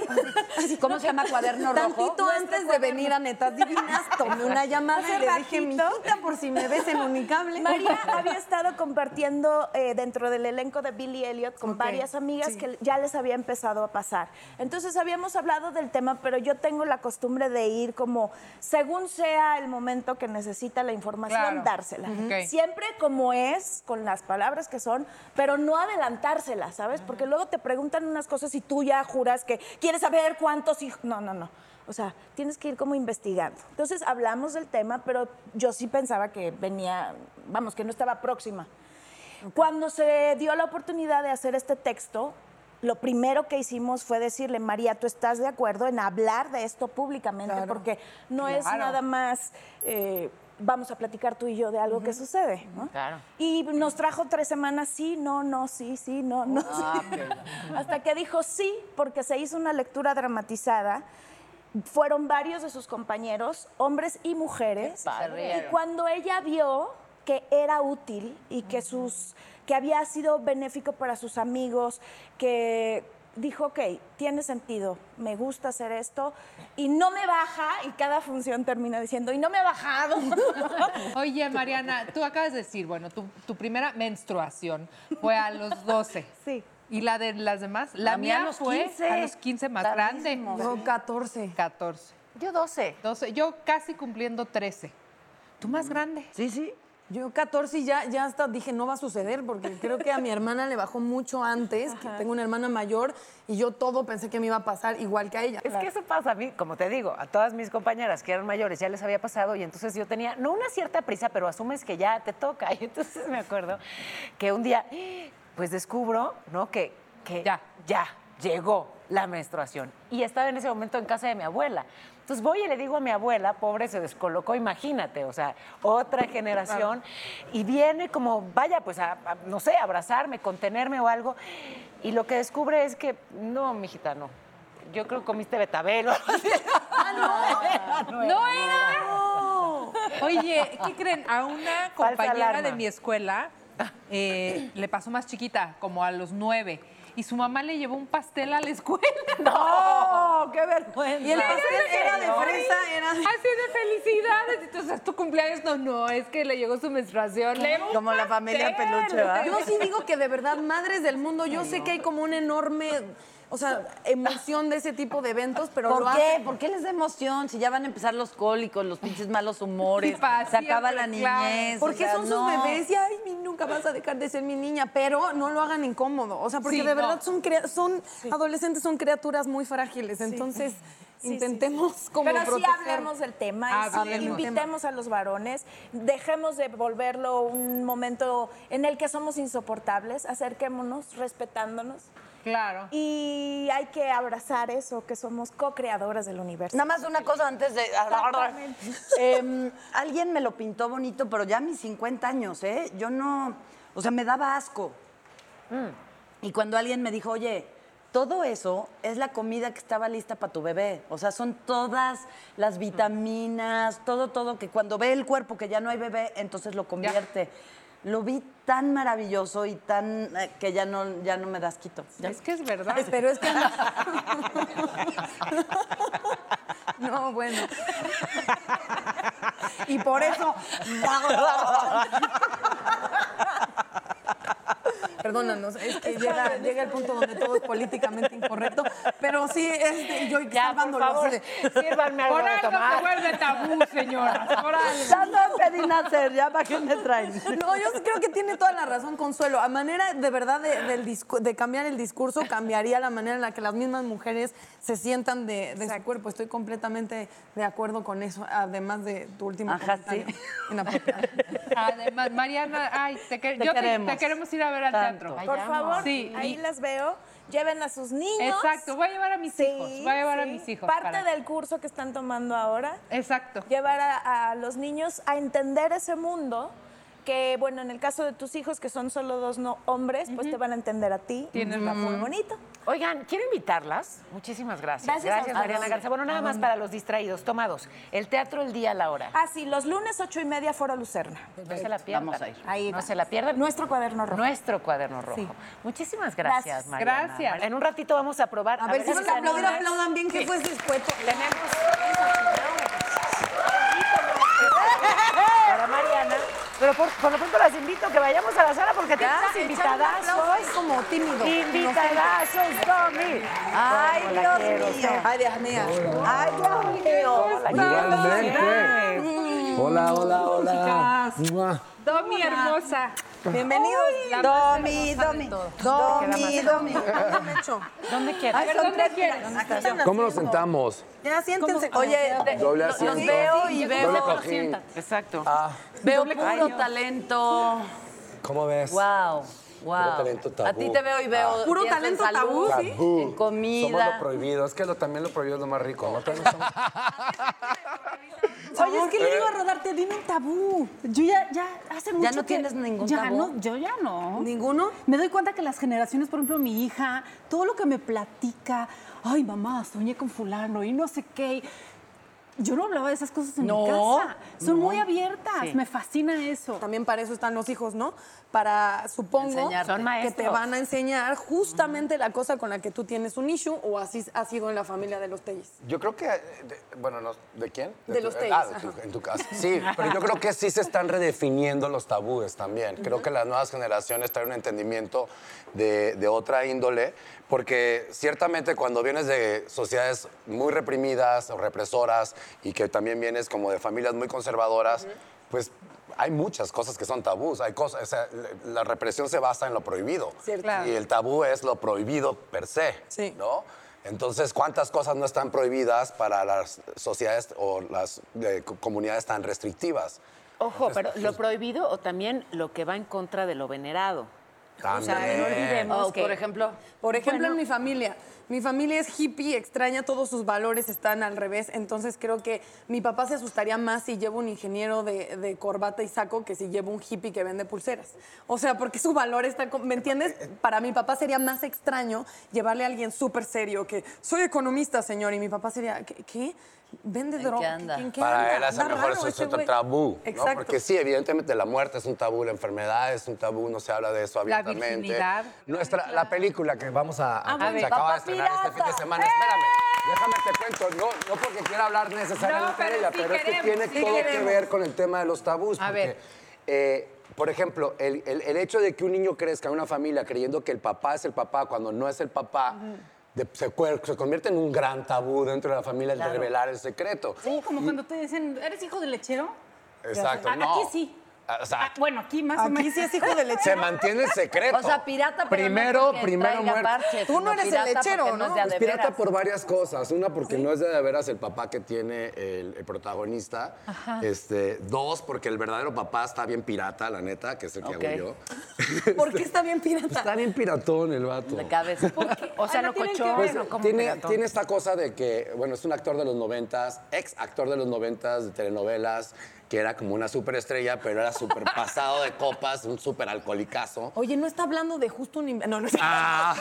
¿Cómo se llama cuaderno rojo? Tantito antes de venir a Netas Divinas, tomé una llamada Hace y le dije, ratito. mijita, por si me ves en unicable. (laughs) María había estado compartiendo eh, dentro del elenco de Billy Elliot con Ok, varias amigas sí. que ya les había empezado a pasar. Entonces habíamos hablado del tema, pero yo tengo la costumbre de ir como según sea el momento que necesita la información, Claro. dársela. Ok. Siempre como es, con las palabras que son, pero no adelantárselas, ¿sabes? Porque luego te preguntan unas cosas y tú ya juras que quieres saber cuántos hijos. No, no, no. O sea, tienes que ir como investigando. Entonces hablamos del tema, pero yo sí pensaba que venía, vamos, que no estaba próxima. Cuando se dio la oportunidad de hacer este texto, lo primero que hicimos fue decirle, María, ¿tú estás de acuerdo en hablar de esto públicamente? Porque no es Claro. nada más eh, vamos a platicar tú y yo de algo que sucede. ¿no? Claro. Y nos trajo tres semanas, sí, no, no, sí, sí, no, no. sí. Hasta que dijo sí, porque se hizo una lectura dramatizada. Fueron varios de sus compañeros, hombres y mujeres. padre. Se Y rieron. cuando ella vio que era útil y que sus que había sido benéfico para sus amigos, que dijo, ok, tiene sentido, me gusta hacer esto, y no me baja, y cada función termina diciendo, y no me ha bajado. (laughs) Oye, Mariana, tú acabas de decir, bueno, tu, tu primera menstruación fue a los 12. Sí. ¿Y la de las demás? La, La mía a los fue 15. a los 15 más Tardísimo. grande. No, 14. 14. Yo 12. 12. Yo casi cumpliendo 13. ¿Tú más grande? Sí, sí. Yo 14 y ya, ya hasta dije, no va a suceder, porque creo que a mi hermana le bajó mucho antes, que tengo una hermana mayor, y yo todo pensé que me iba a pasar igual que a ella. Es que eso pasa a mí, como te digo, a todas mis compañeras que eran mayores ya les había pasado y entonces yo tenía, no una cierta prisa, pero asumes que ya te toca. (laughs) Y entonces me acuerdo que un día, pues descubro, ¿no? Que, que Ya. ya llegó la menstruación. Y estaba en ese momento en casa de mi abuela. Entonces voy y le digo a mi abuela, pobre, se descolocó, imagínate, o sea, otra generación, y viene como, vaya, pues, a, a, no sé, abrazarme, contenerme o algo, y lo que descubre es que, no, mijita, no, yo creo que comiste betabel. o algo así. ¡No era! Oye, ¿qué creen? A una compañera alarma. de mi escuela eh, le pasó más chiquita, como a los nueve. Y su mamá le llevó un pastel a la escuela. ¡No! ¡Qué vergüenza! Y el pastel era de fresa, era Así de felicidades. Entonces, tu cumpleaños. No, no, es que le llegó su menstruación. Le llevó un Como la familia pastel. peluche, ¿verdad? Yo sí digo que de verdad, madres del mundo, yo sé que hay como una enorme, o sea, emoción de ese tipo de eventos, pero lo ¿Por qué? hacen. ¿Por qué les da emoción? Si ya van a empezar los cólicos, los (laughs) pinches malos humores, Sí, pa, se acaba siempre, la claro. niñez. Porque Pues, o son sea, no. sus bebés y ay, mi, nunca vas a dejar de ser mi niña, pero no lo hagan incómodo. O sea, porque Sí, de verdad no. son, crea- son adolescentes, son criaturas muy frágiles. Entonces, Sí, sí, intentemos como Pero sí proteger. hablemos del tema, y sí Hablemos. invitemos a los varones, dejemos de volverlo un momento en el que somos insoportables, acerquémonos respetándonos Claro. y hay que abrazar eso, que somos co-creadoras del universo. Nada más una cosa antes de... Totalmente. Em, alguien me lo pintó bonito, pero ya a mis 50 años, ¿eh? Yo no... O sea, me daba asco. Mm. Y cuando alguien me dijo, oye, todo eso es la comida que estaba lista para tu bebé. O sea, son todas las vitaminas, todo, todo, que cuando ve el cuerpo que ya no hay bebé, entonces lo convierte. Lo vi tan maravilloso y tan... eh, que ya no, ya no me das quito. Ya. Es que es (laughs) verdad. Pero es que. No, bueno. Y por eso. Perdónanos, es que llega, llega el punto donde todo es políticamente incorrecto, pero sí, este, yo Ya, por salvándolo, favor, así de- sírvanme algo Por de algo se tomar. vuelve tabú, señora. Por algo. Ya no pedí nacer, ya para qué me traen. No, yo sí creo que tiene toda la razón Consuelo. A manera de verdad de, del discu- de cambiar el discurso, cambiaría la manera en la que las mismas mujeres se sientan de, de su cuerpo. Estoy completamente de acuerdo con eso, además de tu último Ajá, comentario (laughs) sí. (laughs) inapropiado. Además, Mariana, ay, te, quer- Te yo te- queremos. te queremos ir a ver al Tanto. teatro. Por favor, Sí, ahí y- las veo, lleven a sus niños. Exacto, voy a llevar a mis hijos, voy a llevar a mis hijos Parte para- del curso que están tomando ahora. Exacto. llevar a, a los niños a entender ese mundo que, bueno, en el caso de tus hijos, que son solo dos no hombres, pues te van a entender a ti. Tienes Está muy razón. bonito. Oigan, quiero invitarlas. Muchísimas gracias. Gracias a ustedes. Mariana Garza. Bueno, nada más para los distraídos. Tomados. El teatro, el día, la hora. Ah, sí, los lunes ocho y media fuera Lucerna. No se la pierdan. Vamos a ir. Ahí no se la pierdan. Nuestro cuaderno rojo. Nuestro cuaderno rojo. Muchísimas gracias, Gracias. Mariana. Gracias. En un ratito vamos a probar. A ver, si van se a aplaudir, animan. aplaudan bien que fue descueto. Tenemos para Mariana. Pero por, por lo pronto las invito a que vayamos a la sala porque tenemos invitadazos. Es como tímido. Invitadazos, Tommy. Ay, Cómo la Dios quiero, mío. Ay, Dios mío. Ay, Dios mío. Igualmente. Hola, hola, Mm, hola. Mua. Domi hermosa. Bienvenidos. La más Domi, hermosa de Domi. todos. Domi, Domi. ¿Dónde quieres? A ver, ¿dónde quieres? ¿Cómo nos sentamos? Ya siéntense. Oye, de- Doble los asiento. veo y Doble veo, cojín. Exacto. veo puro talento. ¿Cómo ves? Wow, wow. talento tabú. A ti te veo y veo. Puro pienso en talento salud, tabú, sí. Tabú. Somos En lo comida. prohibido. Es que lo, también lo prohibido es lo más rico. ¿no? Pero no somos- Oye, es que le digo a Rodarte, dime un tabú. Yo ya, ya hace mucho no que- tienes ningún ya tabú? No, yo ya no. ¿Ninguno? Me doy cuenta que las generaciones, por ejemplo, mi hija, todo lo que me platica, ay, mamá, soñé con fulano y no sé qué. Yo no hablaba de esas cosas en mi No, casa. Son muy abiertas, me fascina eso. También para eso están los hijos, ¿no? Para, supongo, Enseñarte. Son que maestros. te van a enseñar justamente la cosa con la que tú tienes un issue o así ha sido en la familia de los Tellis. Yo creo que, eh, de- bueno, no, ¿de quién? De tu- los eh, Ah, de tenis, tu- ajá. en tu casa. (laughs) Sí, pero yo creo que sí se están redefiniendo los tabúes también. Creo que las nuevas generaciones traen un entendimiento de, de otra índole, porque ciertamente cuando vienes de sociedades muy reprimidas o represoras y que también vienes como de familias muy conservadoras, pues hay muchas cosas que son tabús. Hay cosas, o sea, la- la represión se basa en lo prohibido. Cierto. Claro. Y el tabú es lo prohibido per se, Sí. ¿no? Entonces, ¿cuántas cosas no están prohibidas para las sociedades o las eh, co- comunidades tan restrictivas? Ojo, pero lo pues, prohibido o también lo que va en contra de lo venerado. También. no olvidemos O, que- por ejemplo, Por ejemplo, Bueno. en mi familia. Mi familia es hippie, extraña, todos sus valores están al revés. Entonces creo que mi papá se asustaría más si llevo un ingeniero de, de corbata y saco que si llevo un hippie que vende pulseras. O sea, porque su valor está. con- ¿Me entiendes? Para mi papá sería más extraño llevarle a alguien súper serio que soy economista, señor. Y mi papá sería, ¿qué? qué? ¿Vende ¿En qué droga? anda? ¿En qué Para anda? él, a lo Está mejor raro eso es ese otro güey". tabú. ¿no? Exacto. Porque sí, evidentemente la muerte es un tabú, la enfermedad es un tabú, no se habla de eso La abiertamente. virginidad. Nuestra, la película que vamos a, a- bueno. se Papá acaba de estrenar este fin Pirata. de semana. Espérame, déjame te cuento, no, no porque quiera hablar necesariamente No, de pero ella, sí pero es que queremos, tiene sí todo que queremos. ver con el tema de los tabús. A porque, ver. eh, por ejemplo, el, el- el hecho de que un niño crezca en una familia creyendo que el papá es el papá cuando no es el papá. de- se, cuer- se convierte en un gran tabú dentro de la familia el de revelar el secreto. Sí, como cuando te dicen, ¿eres hijo del lechero? Exacto, A- no. Aquí sí. Ah, O sea, Ah, bueno, aquí más o Aquí menos. sí es hijo (laughs) de se lechero. mantiene el secreto. o sea, pirata, pero no primero, porque primero traiga muerto. parches, Tú no sino eres el pirata lechero, porque es ¿no? de a Es de pirata veras. por varias cosas. Una, porque no es de, de veras el papá que tiene el, el protagonista. Este, dos, porque el verdadero papá está bien pirata, la neta, que es el que Ok. hago yo. Pues ¿Por qué (laughs) está bien pirata? Está bien piratón el vato. De cabeza. O sea, Ay, Ah, no lo tienen que cochón, ver. lo como Pues, Tiene, piratón. tiene esta cosa de que, bueno, es un actor de los noventas, ex actor de los noventas de telenovelas, que era como una superestrella, pero era súper (laughs) pasado de copas, un súper alcoholicazo. Oye, no está hablando de justo un... inve- No, no sé. Ah.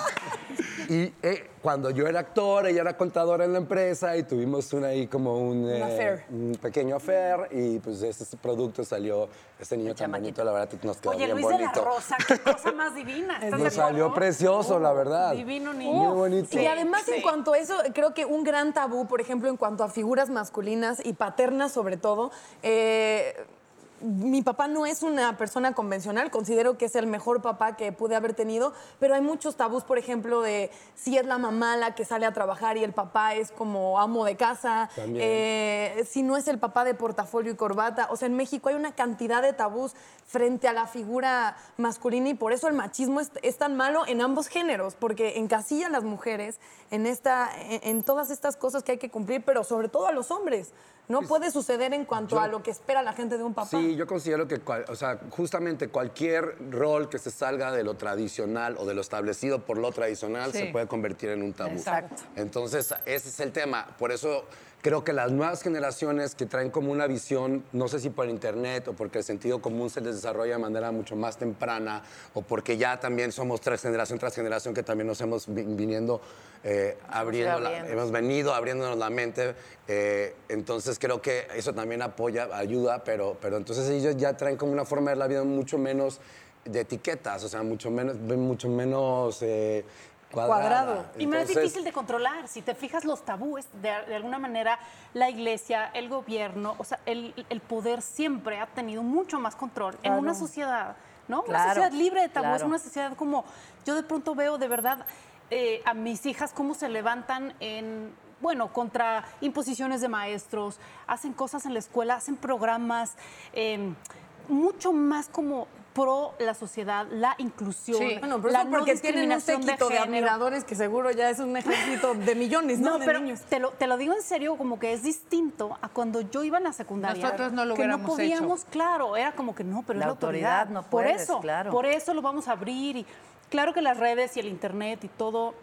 Y eh, cuando yo era actor, ella era contadora en la empresa y tuvimos una ahí como un, eh, affair. un pequeño affair y pues ese producto salió, este niño tan bonito, la verdad que nos quedó Oye, bien Luis de la bonito. Rosa, qué cosa (laughs) más divina. ¿Estás de Nos salió acuerdo? precioso, la verdad. Divino niño. Muy bonito. Y además en cuanto a eso, creo que un gran tabú, por ejemplo, en cuanto a figuras masculinas y paternas sobre todo, eh, mi papá no es una persona convencional, considero que es el mejor papá que pude haber tenido, pero hay muchos tabús, por ejemplo, de si es la mamá la que sale a trabajar y el papá es como amo de casa, También. eh, si no es el papá de portafolio y corbata. O sea, en México hay una cantidad de tabús frente a la figura masculina y por eso el machismo es, es tan malo en ambos géneros, porque encasilla a las mujeres en, esta, en, en todas estas cosas que hay que cumplir, pero sobre todo a los hombres. No puede suceder en cuanto yo- a lo que espera la gente de un papá. Sí, yo considero que, cual- o sea, justamente cualquier rol que se salga de lo tradicional o de lo establecido por lo tradicional Sí. se puede convertir en un tabú. Exacto. Entonces, ese es el tema. Por eso creo que las nuevas generaciones que traen como una visión, no sé si por internet o porque el sentido común se les desarrolla de manera mucho más temprana o porque ya también somos tras generación tras generación que también nos hemos vi- viniendo eh, abriendo, la- abriendo. hemos venido abriéndonos la mente. eh, entonces creo que eso también apoya, ayuda, pero, pero entonces ellos ya traen como una forma de ver la vida mucho menos de etiquetas, o sea, mucho menos, mucho menos eh, cuadrada. Cuadrado. Y más Entonces, difícil de controlar. Si te fijas, los tabúes, de, de alguna manera, la iglesia, el gobierno, o sea, el, el poder siempre ha tenido mucho más control en una sociedad, ¿no? Claro, una sociedad libre de tabúes, claro. una sociedad como. Yo de pronto veo de verdad eh, a mis hijas cómo se levantan en. Bueno, contra imposiciones de maestros, hacen cosas en la escuela, hacen programas, eh, mucho más como pro la sociedad, la inclusión, Sí. Bueno, pero la eso porque tienen un discriminación séquito de, género. admiradores que seguro ya es un ejército de millones, ¿no? No, de pero niños. te lo, te lo digo en serio, como que es distinto a cuando yo iba a la secundaria. Nosotros no lo hubiéramos Que no podíamos, claro, era como que no, pero es La la autoridad. autoridad, no por puedes, eso, claro. por eso lo vamos a abrir. Y claro que las redes y el internet y todo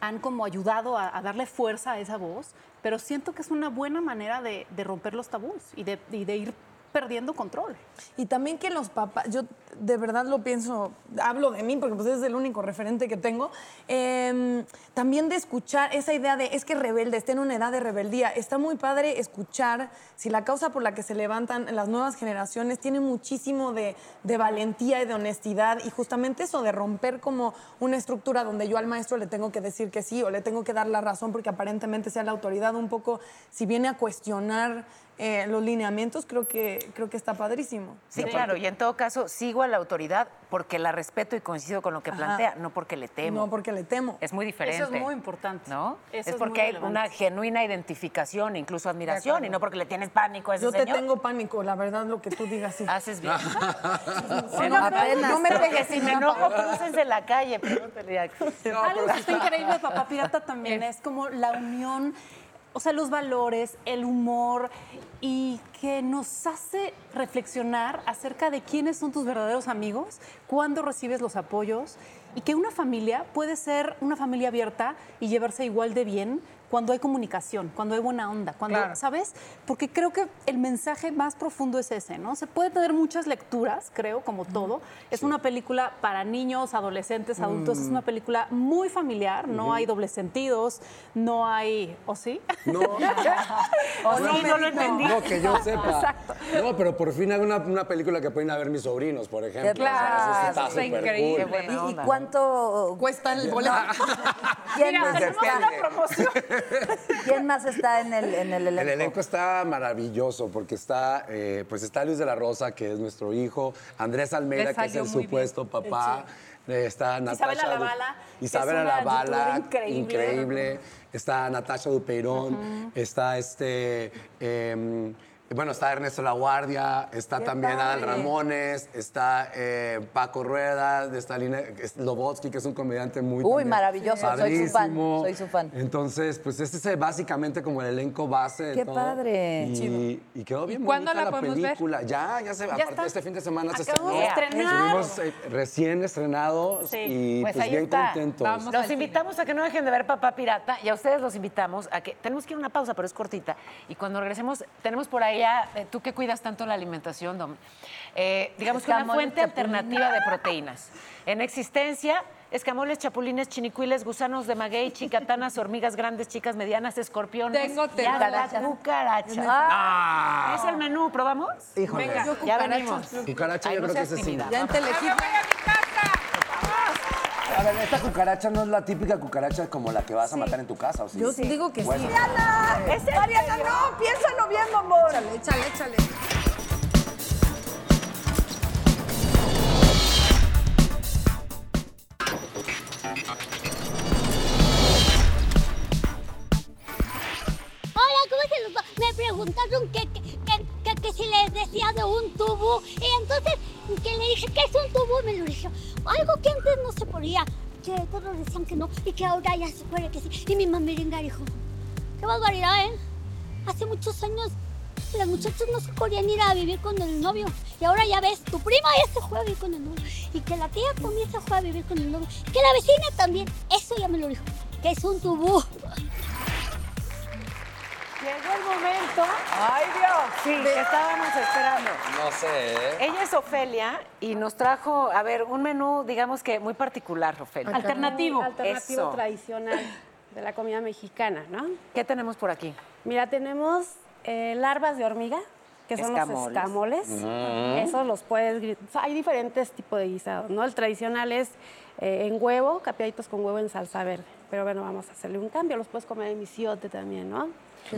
han como ayudado a, a darle fuerza a esa voz, pero siento que es una buena manera de, de romper los tabús y de, y de ir perdiendo control. Y también que los papás, yo de verdad lo pienso, hablo de mí porque pues es el único referente que tengo, em, también de escuchar esa idea de es que rebelde, está en una edad de rebeldía, está muy padre escuchar si la causa por la que se levantan las nuevas generaciones tiene muchísimo de, de valentía y de honestidad y justamente eso de romper como una estructura donde yo al maestro le tengo que decir que sí o le tengo que dar la razón porque aparentemente sea la autoridad un poco, si viene a cuestionar eh, los lineamientos, creo que, creo que está padrísimo. Sí, claro, y en todo caso sigo a la autoridad porque la respeto y coincido con lo que plantea, no porque le temo. No porque le temo. Es muy diferente. Eso es muy importante. ¿No? Eso es es porque muy hay relevante. una genuina identificación, incluso admiración, y no porque le tienes pánico a ese Yo te señor. tengo pánico, la verdad, lo que tú digas. (laughs) Sí. Haces (laughs) bien. Oigan, pero no me Porque pegues. si (laughs) me enojo, crucense pues, la calle, pregúntale a- (laughs) Algo que está increíble de Papá Pirata también es como la unión, o sea, los valores, el humor y que nos hace reflexionar acerca de quiénes son tus verdaderos amigos, cuándo recibes los apoyos y que una familia puede ser una familia abierta y llevarse igual de bien cuando hay comunicación, cuando hay buena onda, cuando, Claro. ¿eh? ¿sabes? Porque creo que el mensaje más profundo es ese, ¿no? Se puede tener muchas lecturas, creo, como todo. Es una película para niños, adolescentes, adultos, Mm. es una película muy familiar, no hay dobles sentidos, no hay, ¿o sí? No, O sí, no lo entendí. no, que yo sepa. No, pero por fin hay una, una película que pueden ir a ver mis sobrinos, por ejemplo. Claro, O sea, eso está eso está súper cool. increíble. ¿Y, y cuánto Cuesta (laughs) el boleto. quién, Mira, más tenemos está, una promoción. quién más está en el, en el El elenco? elenco está maravilloso porque está, eh, pues está Luis de la Rosa, que es nuestro hijo, Andrés Almeida, Le que es salió el muy supuesto papá, eh, está Natasha... Isabela Du- Lavala, que es Isabela una Lavala, youtuber increíble. increíble, está Natasha Dupeirón, está este... em, bueno, está Ernesto La Guardia, está también Adal Ramones, está eh, Paco Rueda, está Lina Lobotsky, que es un comediante muy... Uy, también maravilloso, soy su fan, padrísimo. soy su fan. Entonces, pues este es eh, básicamente como el elenco base de ¡Qué todo. padre! Y, y quedó bien cuándo bonita la, la podemos ver? película. Ya, ya se, a partir de este fin de semana se Acabamos de estrenar. Estuvimos eh, recién estrenados Sí. y Pues pues, ahí bien está. contentos. Vamos. al Los cine. invitamos a que no dejen de ver Papá Pirata y a ustedes los invitamos a que tenemos que ir a una pausa, pero es cortita. Y cuando regresemos, tenemos por ahí a eh, tú que cuidas tanto la alimentación, Dom. Eh, digamos que una Escamoles, fuente alternativa de proteínas. En existencia, escamoles, chapulines, chinicuiles, gusanos de maguey, chicatanas, hormigas grandes, chicas medianas, escorpiones. Tengo y hasta la cucaracha. cucaracha. Ah, Es el menú, ¿probamos? Híjole. Venga. Yo Ya cucarachas. venimos. Cucaracha, Ay, yo no creo que seas es así. tímida. Ya en Telehit. A ver, esta cucaracha no es la típica cucaracha como la que vas a matar en tu casa, ¿o sí? Pues, Yo digo que sí. Bueno. ¡Mariana! ¡Mariana, no! ¡Piénsalo bien, amor! Échale, échale. Hola, ¿cómo se los va? Me preguntaron que, que, que- que- que si les decía de un tubo. Y entonces, que le dije que es un tubo, me lo dijo. Algo que antes no se podía, que todos decían que no, y que ahora ya se puede que sí. Y mi mamá gringa dijo, qué barbaridad, ¿eh? Hace muchos años las muchachas no se podían ir a vivir con el novio. Y ahora ya ves, tu prima ya se fue a vivir con el novio. Y que la tía también se fue a vivir con el novio. y Que la vecina también. Eso ya me lo dijo. Que es un tubo. Llegó el momento. ¡Ay, Dios! Sí, que estábamos esperando. No sé, ¿eh? Ella es Ofelia y nos trajo, a ver, un menú, digamos que muy particular, Ofelia. Alternativo. Alternativo Eso. tradicional de la comida mexicana, ¿no? ¿Qué tenemos por aquí? Mira, tenemos eh, larvas de hormiga, que son los Escamoles. escamoles. Esos los puedes... gri- o sea, hay diferentes tipos de guisados, ¿no? El tradicional es eh, en huevo, capeaditos con huevo en salsa verde. Pero bueno, vamos a hacerle un cambio. Los puedes comer en misiote también, ¿no?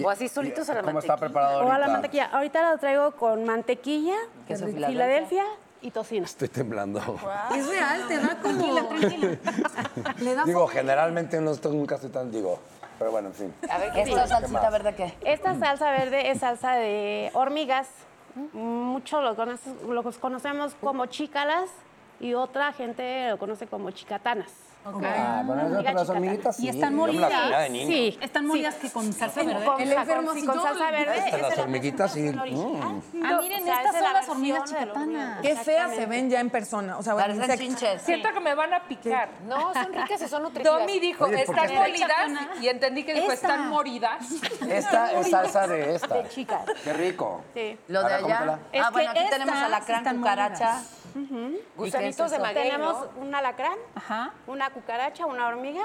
O así solitos a la ¿Cómo está mantequilla. preparado O ahorita? a la mantequilla. Ahorita lo traigo con mantequilla, Queso Filadelfia. Filadelfia y tocino. Estoy temblando. Es real, te da como... (laughs) Le da Digo, generalmente no estoy, nunca estoy tan... Digo, pero bueno, en fin. ¿Esta salsita verde qué? Ah, Esta salsa verde es salsa de hormigas. Muchos lo, conoce- lo conocemos como chícalas y otra gente lo conoce como chicatanas. Ah, bueno, esas- pero las chicatana. hormiguitas sí. Y están yo me las molidas. comía de niño. Sí, Están molidas que con salsa verde. con, El sa- enfermo sí, si con yo- salsa verde. Estas, esa las es la hormiguitas sí. versión original. mm. Ah, no, miren, o sea, estas esa es son la las hormigas versión de la hormiga. chicatanas. Qué feas se ven ya en persona. O sea, bueno, Parecen insecto. chinches. Siento que me van a picar. No, son ricas y son nutritivas. Domi dijo, Oye, ¿por están qué? molidas y entendí que dijo, están moridas. Esta es salsa de esta. De chicas. Qué rico. Sí. Lo de Ahora, allá. cómetela. Es Ah, que bueno, aquí tenemos estas alacrán, están cucaracha. ¿Y qué es Gusanitos de eso? maguey, Tenemos ¿no? un alacrán, una cucaracha, una hormiga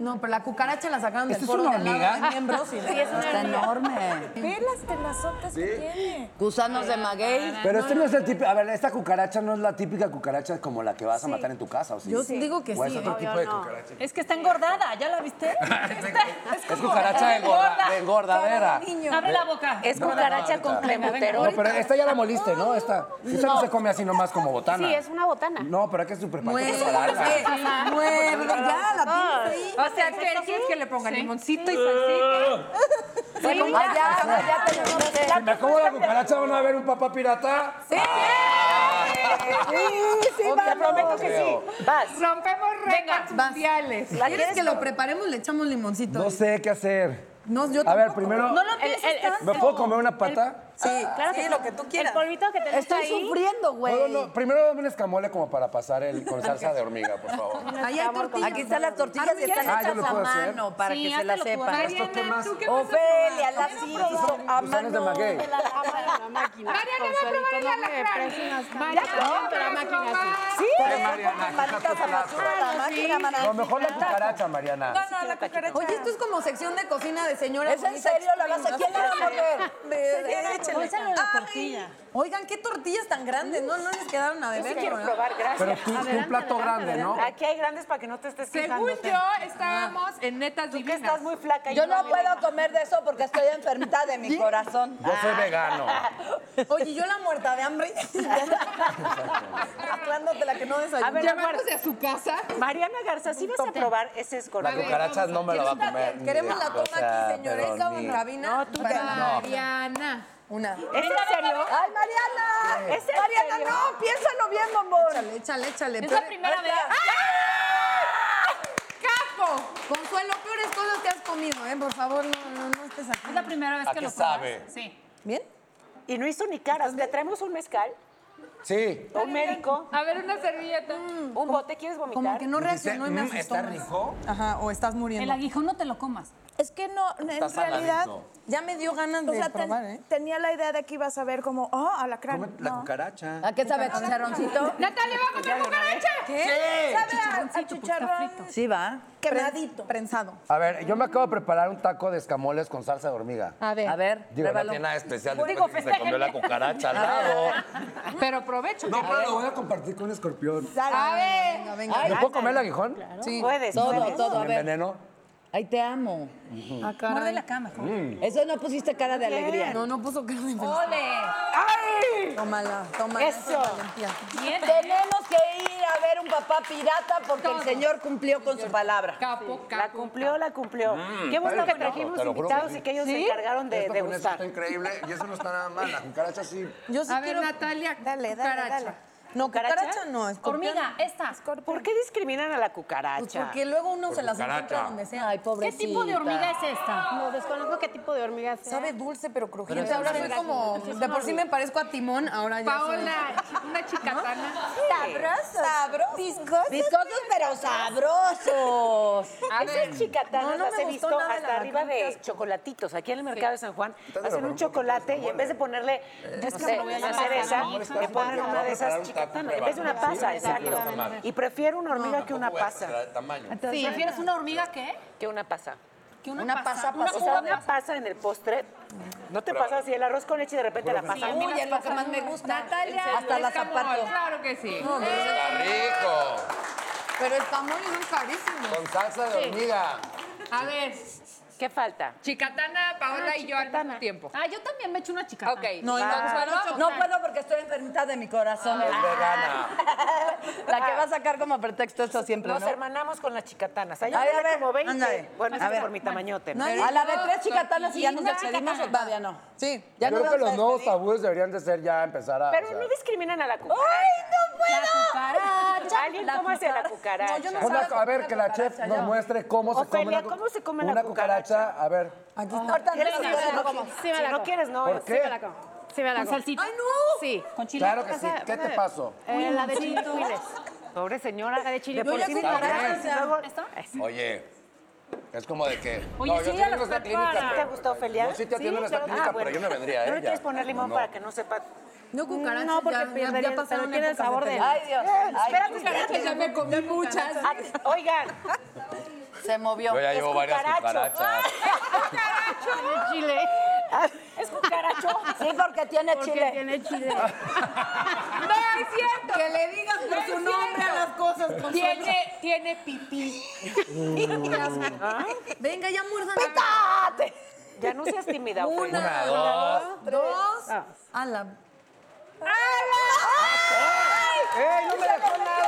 No, pero la cucaracha la sacaron del ¿Esto es foro una de al lado hormiga? de miembros (laughs) y Sí, es una Está hormiga. enorme. Ve las telazotas que tiene. Gusanos de maguey. Pero este no es el típico. A ver, esta cucaracha no es la típica cucaracha como la que vas a matar en tu casa, ¿o sí? Yo digo que ¿O es sí, otro ¿eh? tipo Yo de no. (laughs) cucaracha. Es que está engordada, ¿ya la viste? Es cucaracha de, engorda- de engordadera. Abre la boca. Es cucaracha con No, pero esta ya la moliste, ¿no? Esta. Esta no se come así nomás como botana. Sí, es una botana. No, pero hay que súper Muerde, prepararla. sí, muerde, ya la tienes ahí. O sea, ¿qué quieres que le ponga limoncito y salsita? Bueno, ya, ya tenemos que- Si me como la cucaracha, van a ver un papá pirata. Sí, sí, vamos. Creo. Rompemos récords Vas. mundiales. ¿La ¿Quieres que lo preparemos? Le echamos limoncito. No sé qué hacer. No, yo A ver, tampoco. primero. No lo pienses tanto. ¿Me puedo comer una pata? Sí, claro sí, lo que tú El quieras. polvito que tenemos Estoy ahí. sufriendo, No, güey. Oh, no, no. Primero dame un escamole como para pasar el con salsa de hormiga, por favor. Ahí hay tortillas. Aquí están las tortillas y están Ah, yo hechas lo a puedo hacer. mano para Sí, que se las háztelo tú, sepan. Mariana, ¿tú ¿tú qué vas a Ofelia, las hizo a Gusanos de mano. maguey. Mariana va a probar el alacrán. Mariana, pero a máquina sí. No, mejor la cucaracha, Mariana. Oye, esto es como sección de cocina de señora. ¿Es en bonita serio? ¿La vas a extreme. quién la va a morder? Ve, échale. Ay, Oigan, qué tortillas tan grandes, ¿no? No les quedaron a beber. ¿no? Pero tú, tú un plato grande, ¿no? Aquí hay grandes para que no te estés Según yo, estábamos en netas divinas. flaca. Yo no puedo comer de eso porque estoy enfermita de mi corazón. Yo soy vegano. Oye, yo la muerta (laughs) de hambre. (laughs) Mezclándote la que no desayuné. A ver, pues, Llevamos de su casa. Mariana Garza, si vas a probar ese La escorpión. cucaracha no me la va a comer. Queremos la O toma sea, aquí, señores. pero Estamos ni- en cabina. No, tú Mariana. Una. ¿Es en serio? ¡Ay, Mariana! ¿Es en Mariana, serio? no, piénsalo bien, bombón. Échale, échale, échale. Es Peor- la primera vez. ¡Capo! ¡Ah! Consuelo, peores cosas te has comido, ¿eh? Por favor, no, no, no estés aquí. Es la primera vez ¿A que qué lo sabe? pruebas. Sí. ¿Bien? Y no hizo ni caras. ¿Le traemos un mezcal? Sí. ¿Un médico? A ver, una servilleta. ¿Un bote? ¿Quieres Como vomitar? que no reaccionó y me Mm, asustó. ¿Está más. rico? Ajá, o estás El muriendo. aguijón no te lo comas. Es que no, en realidad, saladito. Ya me dio ganas o de sea, ten- probar, ¿eh? tenía la idea de que ibas a ver como, oh, Come alacrán. la No. cucaracha. ¿A qué sabe chicharroncito? Natalia, va a comer cucaracha. ¿Qué? ¿Sabe a- a chicharrón Sí, va. quemadito? Prensado. A ver, yo me acabo de preparar un taco de escamoles con salsa de hormiga. A ver. A ver, Digo, no pruébalo. tiene nada especial después de que se comió la cucaracha al lado. Pero provecho. No, pero lo voy a compartir con escorpión. A ver. Venga, venga. ¿Me puedo comer el aguijón? Claro. Sí. Puedes. Todo, todo, a ¿Me ver. enveneno? Ay, te amo. Ah, caray. Muerde la cama. Mm. Eso no pusiste cara de alegría. No, no puso cara de infeliz. ¡Ole! Tómala, tómala. Eso. esa valentía. Bien. Tenemos que ir a ver un papá pirata porque el señor cumplió con su palabra. Capo, La capo. cumplió, la cumplió. Qué bueno que trajimos te lo juro que invitados sí. y que ellos se encargaron de, Esto de con esto gustar. está increíble y eso no está nada mal. La cucaracha sí. Yo sí A ver, quiero... Natalia, Dale, dale, cucaracha. dale. No, cucaracha, ¿Cucaracha? no. Es Hormiga, esta. ¿Por qué discriminan a la cucaracha? Pues porque luego uno se las encuentra donde sea. Ay, ¿Qué tipo de hormiga es esta? No, desconozco qué tipo de hormiga sea. Sabe dulce pero crujiente. ahora soy como... De por sí me parezco a Timón, ahora ya soy- Paola, una chicatana. Sabrosos. Sabrosos. Discos. Viscosos, pero sabrosos. (laughs) A ver. Esas chicatanas No, no las me he gustó visto nada hasta la arriba marca, qué de asco. chocolatitos. Aquí en el mercado de San Juan Entonces, hacen pero un por ejemplo, chocolate y en vez de ponerle, Eh, no sé, una cereza, le ponen una de esas chicatanas. En vez de una pasa, exacto. Y prefiero una hormiga que una pasa. Tamaño. Sí. ¿Prefieres una hormiga qué? Que una pasa. Que una, Una pasa, Una pasa. O sea, uva una pasa en el postre. No te pasa así el arroz con leche y de repente la pasa. Uy, es lo que más me gusta. Natalia, Hasta la escamol, zapato. Claro que sí. Está eh. rico. Pero el jamón es carísimo. Con salsa de hormiga. A ver, ¿Qué falta? chicatana, Paola Ah, y yo al chicatana. mismo tiempo. Ah, yo también me echo una chicatana. Ok. No, y no, Consuelo, No puedo porque estoy enfermita de mi corazón. Ah. Es vegana. (laughs) La que va a sacar como pretexto eso siempre, Nos ¿no? hermanamos con las chicatanas. Allá Ay, a hay ver, como 20. ándale. Bueno, A eso es ver. por mi tamañote. A la de tres chicatanas y ya nos despedimos o todavía no. Sí. Ya Yo nos creo que vamos a los nuevos despedir. tabúes deberían de ser ya empezar a. Pero o sea, no discriminan a la cucaracha. La cucaracha. Alguien La cómase la cucaracha. cucaracha. una- a ver, que la chef nos muestre cómo se come Ofelia, una, cu- ¿cómo se come la una cucaracha. A ver, Aquí está. Sí, me Si la no como. quieres, no. ¿por Sí, qué? me la como. Sí, me la Con como. salsita. ¡Ay, no! Sí. Con chile. Claro que sí. ¿Qué te (laughs) pasó? Eh, la de chilaquiles. Pobre señora. La de chile. Yo ya cucaracha. o sea, ¿Esto? Oye, es como de que. Oye, no, sí, yo ya atiendo las esta preparan. clínica. ¿Te pero- gustó, Ofelia? Yo sí te atiendo en esta claro. clínica, Ah, pero yo no vendría, ¿eh? ¿No le Ya. quieres poner limón No. para que no sepa? No, cucaracha. No, porque ya- ya- perdería- ya pero pasaron tiene el épocas sabor de de- tener- Ay, Dios. Ay, Espérate, espérate. Ya me comí muchas. Ah, Oigan, Se movió. Yo ya Es llevo varias cucaracho. (laughs) cucarachas. Ah, chile. Es cucaracho. Sí, porque tiene chile. tiene chile. No es cierto. Que le digas por No es su nombre a cierto. las cosas. Consuelo. Tiene, tiene pipí. Venga, ya muerdan. Ya no seas tímida, Ofelia. Ah, Una, dos, dos. A la... Ah, pues. ¡Ey, no me dejó nada!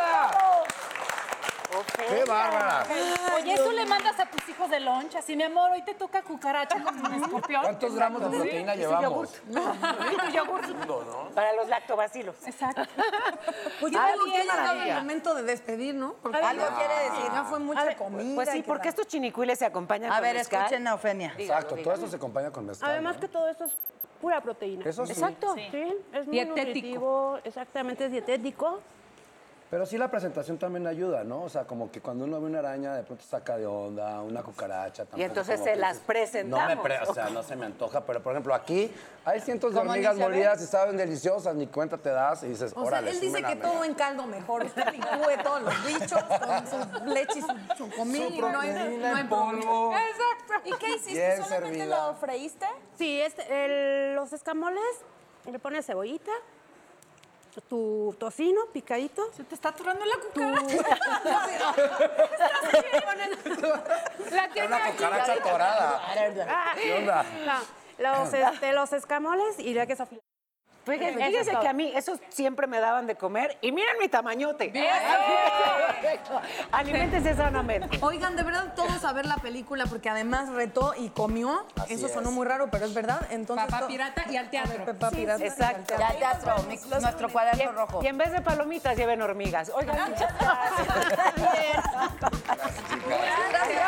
¡Qué bárbara! Oye, ¿eso le mandas a tus hijos de lunch? Así, mi amor, hoy te toca cucaracha (laughs) con un escorpión. ¿Cuántos gramos de Sí, proteína y su llevamos? yogur. Y tu yogur. Para los lactobacilos. Exacto. Pues bien, yo creo que ya ha llegado el maravilla. momento de despedir, ¿no? Porque Algo quiere decir. ya fue mucha comida. Pues sí, y que porque tal. estos chinicuiles se acompañan A con ver, mezcal. escuchen a Ofenia. Exacto, todo esto se acompaña con mezcal. Además ¿no? que todo esto es pura proteína. Eso sí. Exacto. Sí. Es muy Dietético. nutritivo, exactamente, es dietético. Pero sí la presentación también ayuda, ¿no? O sea, como que cuando uno ve una araña, de pronto saca de onda, una cucaracha. tampoco entonces como se que las dices, presentamos, No me pre- o sea, no se me antoja, pero por ejemplo, aquí hay cientos de Como ni hormigas se ve. molidas y saben deliciosas, ni cuenta te das y dices, O sea, órale, él sí me dice la que meto. todo en caldo mejor. Usted licúe todos los bichos con su leche y su chocomil. y no hay, no hay polvo. Exacto. ¿Y qué hiciste? Bien ¿Solamente servida. lo freíste? Sí, este, el- los escamoles le pones cebollita, tu tocino picadito. Se te está aturando la cucaracha. (laughs) La tiene Una aquí. cucaracha torada. Ah, ¿Qué onda? no, los, este, los escamoles y le que sofreír. Fíjense, fíjense que a mí esos siempre me daban de comer y miren mi tamañote. Aliméntense sanamente. Oigan, de verdad, todos a ver la película porque además retó y comió. Eso sonó muy raro, pero es verdad. Entonces, Papá to- pirata y al teatro. A ver, Pepa Pirata. Exacto. Ya teatro, mi- nuestro cuaderno rojo. Y en vez de palomitas lleven hormigas. Oigan, muchas gracias. Gracias.